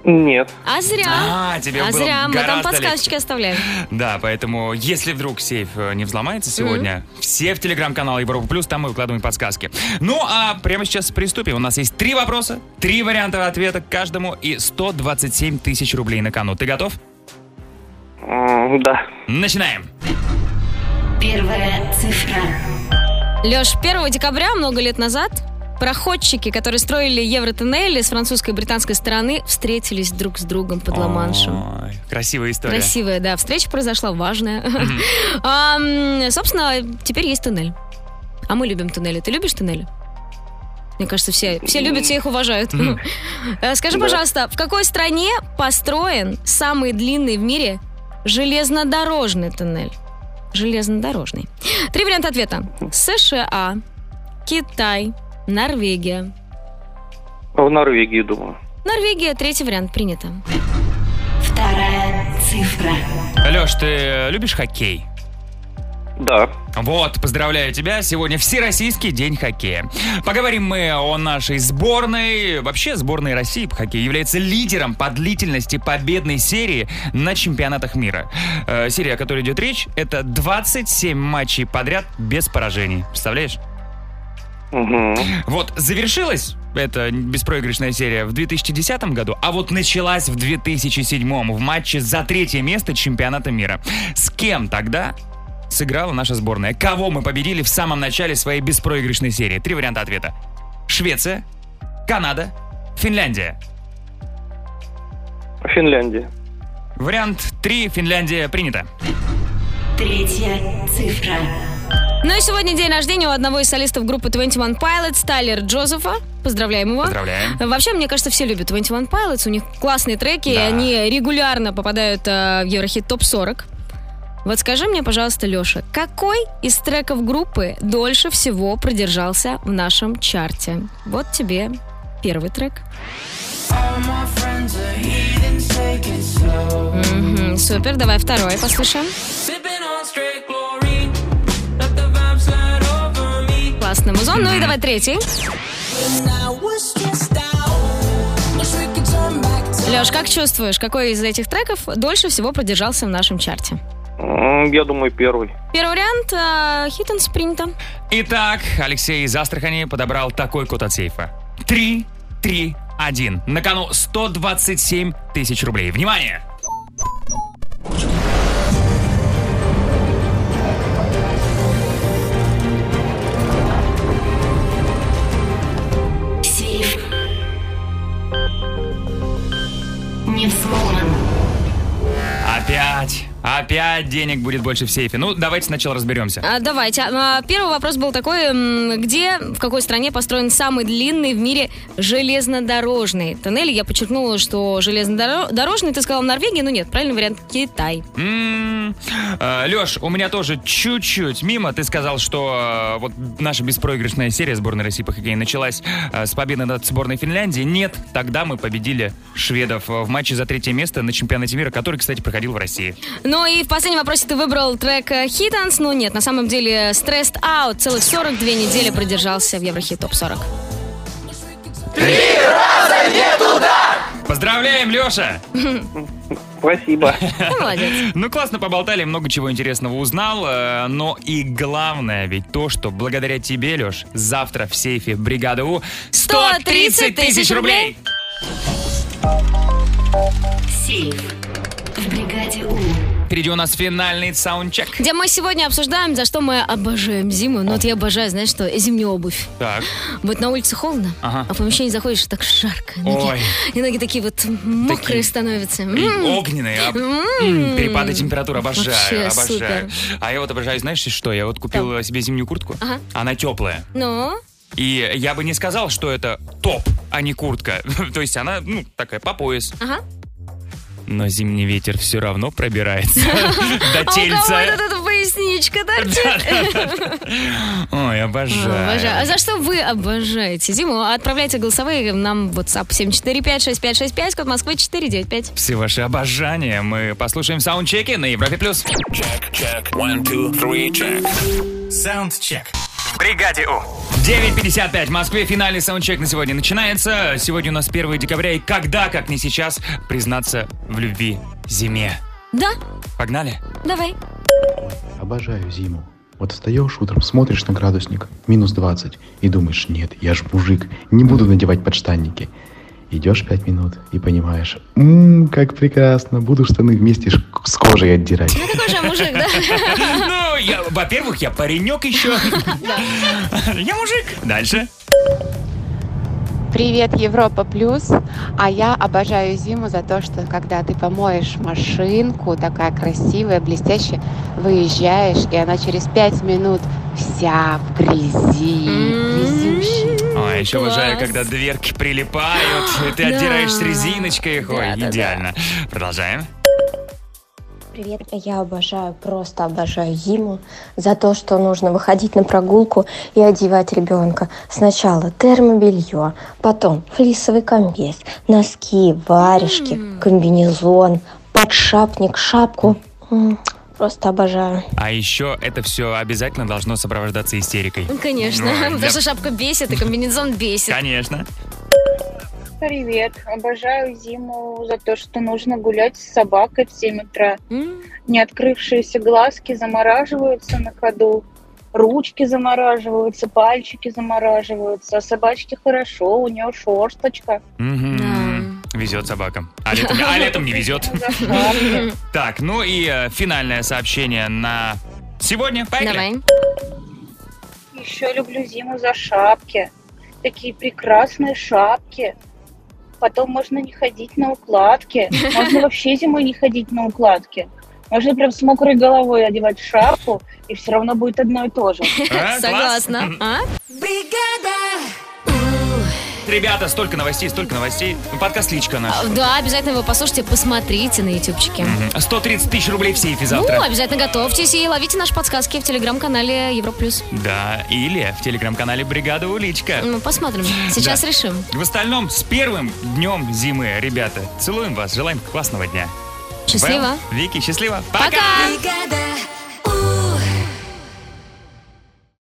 Speaker 22: Нет.
Speaker 2: А зря.
Speaker 1: А, тебе
Speaker 2: а
Speaker 1: было
Speaker 2: зря, мы там
Speaker 1: гораздо
Speaker 2: подсказочки оставляем.
Speaker 1: Да, поэтому, если вдруг сейф э, не взломается сегодня, все в телеграм-канал Европа Плюс, там мы выкладываем подсказки. Ну, а прямо сейчас приступим. У нас есть три вопроса, три варианта ответа к каждому и 127 тысяч рублей на кону. Ты готов?
Speaker 22: Да.
Speaker 1: Начинаем.
Speaker 5: Первая цифра.
Speaker 2: Леш, 1 декабря, много лет назад, проходчики, которые строили евротоннели с французской и британской стороны, встретились друг с другом под Ла-Маншем.
Speaker 1: Ой, Красивая история.
Speaker 2: Красивая, да, встреча произошла, важная. [LAUGHS] А, м, Собственно, теперь есть туннель. А мы любим туннели. Ты любишь туннели? Мне кажется, все, все любят, все их уважают.
Speaker 1: Мгм.
Speaker 2: [LAUGHS] Э, Скажи,
Speaker 1: Да.
Speaker 2: пожалуйста, в какой стране построен самый длинный в мире железнодорожный туннель? Железнодорожный. Три варианта ответа. США, Китай, Норвегия.
Speaker 22: В Норвегии, думаю.
Speaker 2: Норвегия, третий вариант, принято.
Speaker 5: Вторая цифра.
Speaker 1: Леш, ты э, любишь хоккей?
Speaker 22: Да.
Speaker 1: Вот, поздравляю тебя. Сегодня Всероссийский день хоккея. Поговорим мы о нашей сборной. Вообще, сборная России по хоккею является лидером по длительности победной серии на чемпионатах мира. Э, серия, о которой идет речь, это 27 матчей подряд без поражений. Представляешь? Вот, завершилась эта беспроигрышная серия в 2010 году, а вот началась в 2007 в матче за третье место чемпионата мира. С кем тогда сыграла наша сборная? Кого мы победили в самом начале своей беспроигрышной серии? Три варианта ответа. Швеция, Канада, Финляндия.
Speaker 22: Финляндия.
Speaker 1: Вариант 3. Финляндия принято.
Speaker 5: Третья цифра.
Speaker 2: Ну и сегодня день рождения у одного из солистов группы 21 Pilots, Тайлер Джозефа. Поздравляем его.
Speaker 1: Поздравляем.
Speaker 2: Вообще, мне кажется, все любят 21 Pilots. У них классные треки, и
Speaker 1: Да.
Speaker 2: они регулярно попадают э, в Еврохит ТОП-40. Вот скажи мне, пожалуйста, Леша, какой из треков группы дольше всего продержался в нашем чарте? Вот тебе первый трек. Мгм, супер, давай второй послушаем. Классно, музон. Ну и давай третий. Леш, как чувствуешь, какой из этих треков дольше всего продержался в нашем чарте?
Speaker 22: М, Я думаю, первый.
Speaker 2: Первый вариант э, хит and спринта.
Speaker 1: Итак, Алексей из Астрахани подобрал такой код от сейфа. 3, 3, 1. На кону 127 тысяч рублей. Внимание!
Speaker 5: Сейф. Не взломан.
Speaker 1: Опять! Опять денег будет больше в сейфе. Ну, давайте сначала разберемся.
Speaker 2: А, давайте. А, а, первый вопрос был такой, м, где, в какой стране построен самый длинный в мире железнодорожный тоннель? Я подчеркнула, что железнодорожный, ты сказал в Норвегии, но нет, правильный вариант Китай.
Speaker 1: Леш, э, у меня тоже чуть-чуть мимо. Ты сказал, что э, вот наша беспроигрышная серия сборной России по хоккею началась э, с победы над сборной Финляндии. Нет, тогда мы победили шведов э, в матче за третье место на чемпионате мира, который, кстати, проходил в России.
Speaker 2: Ну и в последнем вопросе ты выбрал трек э, Hit Dance, но нет, на самом деле э, Stressed Out целых 42 недели продержался в Еврохит Топ [LAUGHS] 40.
Speaker 1: Поздравляем, Леша!
Speaker 22: Спасибо.
Speaker 1: Ну, классно поболтали, много чего интересного узнал. э, Но и главное ведь то, что благодаря тебе, Леш, завтра в сейфе бригада У 130 тысяч рублей!
Speaker 5: Сейф. В бригаде У.
Speaker 1: Впереди у нас финальный саундчек.
Speaker 2: Где мы сегодня обсуждаем, за что мы обожаем зиму. Ну вот я обожаю, знаешь что, зимнюю обувь.
Speaker 1: Так.
Speaker 2: Вот на улице холодно,
Speaker 1: Ага.
Speaker 2: а в помещение заходишь, и так жарко.
Speaker 1: Ой.
Speaker 2: Ноги, и ноги такие вот мокрые становятся.
Speaker 1: И
Speaker 2: М.
Speaker 1: огненные, а-
Speaker 2: М.
Speaker 1: м, перепады температур обожаю,
Speaker 2: Вообще
Speaker 1: обожаю.
Speaker 2: супер.
Speaker 1: А я вот обожаю, знаешь что? Я вот купил э, себе зимнюю куртку,
Speaker 2: Ага.
Speaker 1: она теплая.
Speaker 2: Ну,
Speaker 1: И я бы не сказал, что это топ, а не куртка. [LAUGHS] То есть она, ну, такая по пояс.
Speaker 2: ага.
Speaker 1: Но зимний ветер все равно пробирается
Speaker 2: [LAUGHS] А
Speaker 1: до
Speaker 2: у кого
Speaker 1: тельца.
Speaker 2: этот Ресничка торчит.
Speaker 1: Ой,
Speaker 2: Обожаю.
Speaker 1: обожаю.
Speaker 2: А за что вы обожаете зиму? Отправляйте голосовые нам в WhatsApp 7456565, код Москвы 495.
Speaker 1: Все ваши обожания мы послушаем в саундчеке на Европе+. плюс.
Speaker 6: Саундчек. В бригаде У.
Speaker 1: 9.55 в Москве. Финальный саундчек на сегодня начинается. Сегодня у нас 1 декабря. И когда, как не сейчас, признаться в любви зиме?
Speaker 2: Да,
Speaker 1: Погнали?
Speaker 2: давай.
Speaker 8: Обожаю зиму. Вот встаешь утром, смотришь на градусник, минус 20, и думаешь, нет, я ж мужик, не буду надевать подштанники. Идешь пять минут и понимаешь, ммм, как прекрасно, буду штаны вместе ш- с кожей отдирать.
Speaker 2: Ну какой же я мужик, да?
Speaker 1: Ну, я, во-первых, я паренек еще. Я мужик. Дальше.
Speaker 10: Привет, Европа Плюс. А я обожаю зиму за то, что когда ты помоешь машинку, такая красивая, блестящая, выезжаешь, и она через пять минут вся в грязи.
Speaker 1: Ой, еще
Speaker 10: Класс.
Speaker 1: обожаю, когда дверки прилипают, и ты
Speaker 10: Да.
Speaker 1: отдираешь с резиночкой их. Ой, идеально. Продолжаем.
Speaker 23: Привет, я обожаю, просто обожаю зиму за то, что нужно выходить на прогулку и одевать ребенка. Сначала термобелье, потом флисовый комбез, носки, варежки, комбинезон, подшапник, шапку. М, Просто обожаю.
Speaker 1: А еще это все обязательно должно сопровождаться истерикой.
Speaker 2: Ну, [LAUGHS] Конечно,
Speaker 1: Ну,
Speaker 2: потому
Speaker 1: я-
Speaker 2: что шапка бесит и комбинезон бесит.
Speaker 1: Конечно.
Speaker 24: Привет. Обожаю зиму за то, что нужно гулять с собакой в 7 утра. Не открывшиеся глазки замораживаются на ходу. Ручки замораживаются, пальчики замораживаются. А собачке хорошо, у нее шорсточка.
Speaker 1: Мгм. Везет собакам. А летом,
Speaker 10: [LAUGHS]
Speaker 1: а летом не везет. Так, ну и э, финальное сообщение на сегодня. Поехали.
Speaker 24: Еще люблю зиму за шапки. Такие прекрасные шапки. Потом можно не ходить на укладке. Можно вообще зимой не ходить на укладке. Можно прям с мокрой головой одевать шапку, и все равно будет одно и то же.
Speaker 1: А,
Speaker 2: Согласна. А?
Speaker 1: Ребята, столько новостей, столько новостей. Ну, Подкаст «Личка» наш.
Speaker 2: А, Да, обязательно его послушайте, посмотрите на ютубчике.
Speaker 1: Мгм. 130 тысяч рублей в сейфе
Speaker 2: Ну,
Speaker 1: завтра.
Speaker 2: обязательно готовьтесь и ловите наши подсказки в телеграм-канале Европа Плюс.
Speaker 1: Да, или в телеграм-канале «Бригада Уличка».
Speaker 2: Ну, посмотрим. Сейчас
Speaker 1: Э, Да.
Speaker 2: решим.
Speaker 1: В остальном, с первым днем зимы, ребята. Целуем вас, желаем классного дня.
Speaker 2: Счастливо.
Speaker 1: Вэл, Вики, счастливо.
Speaker 2: Пока!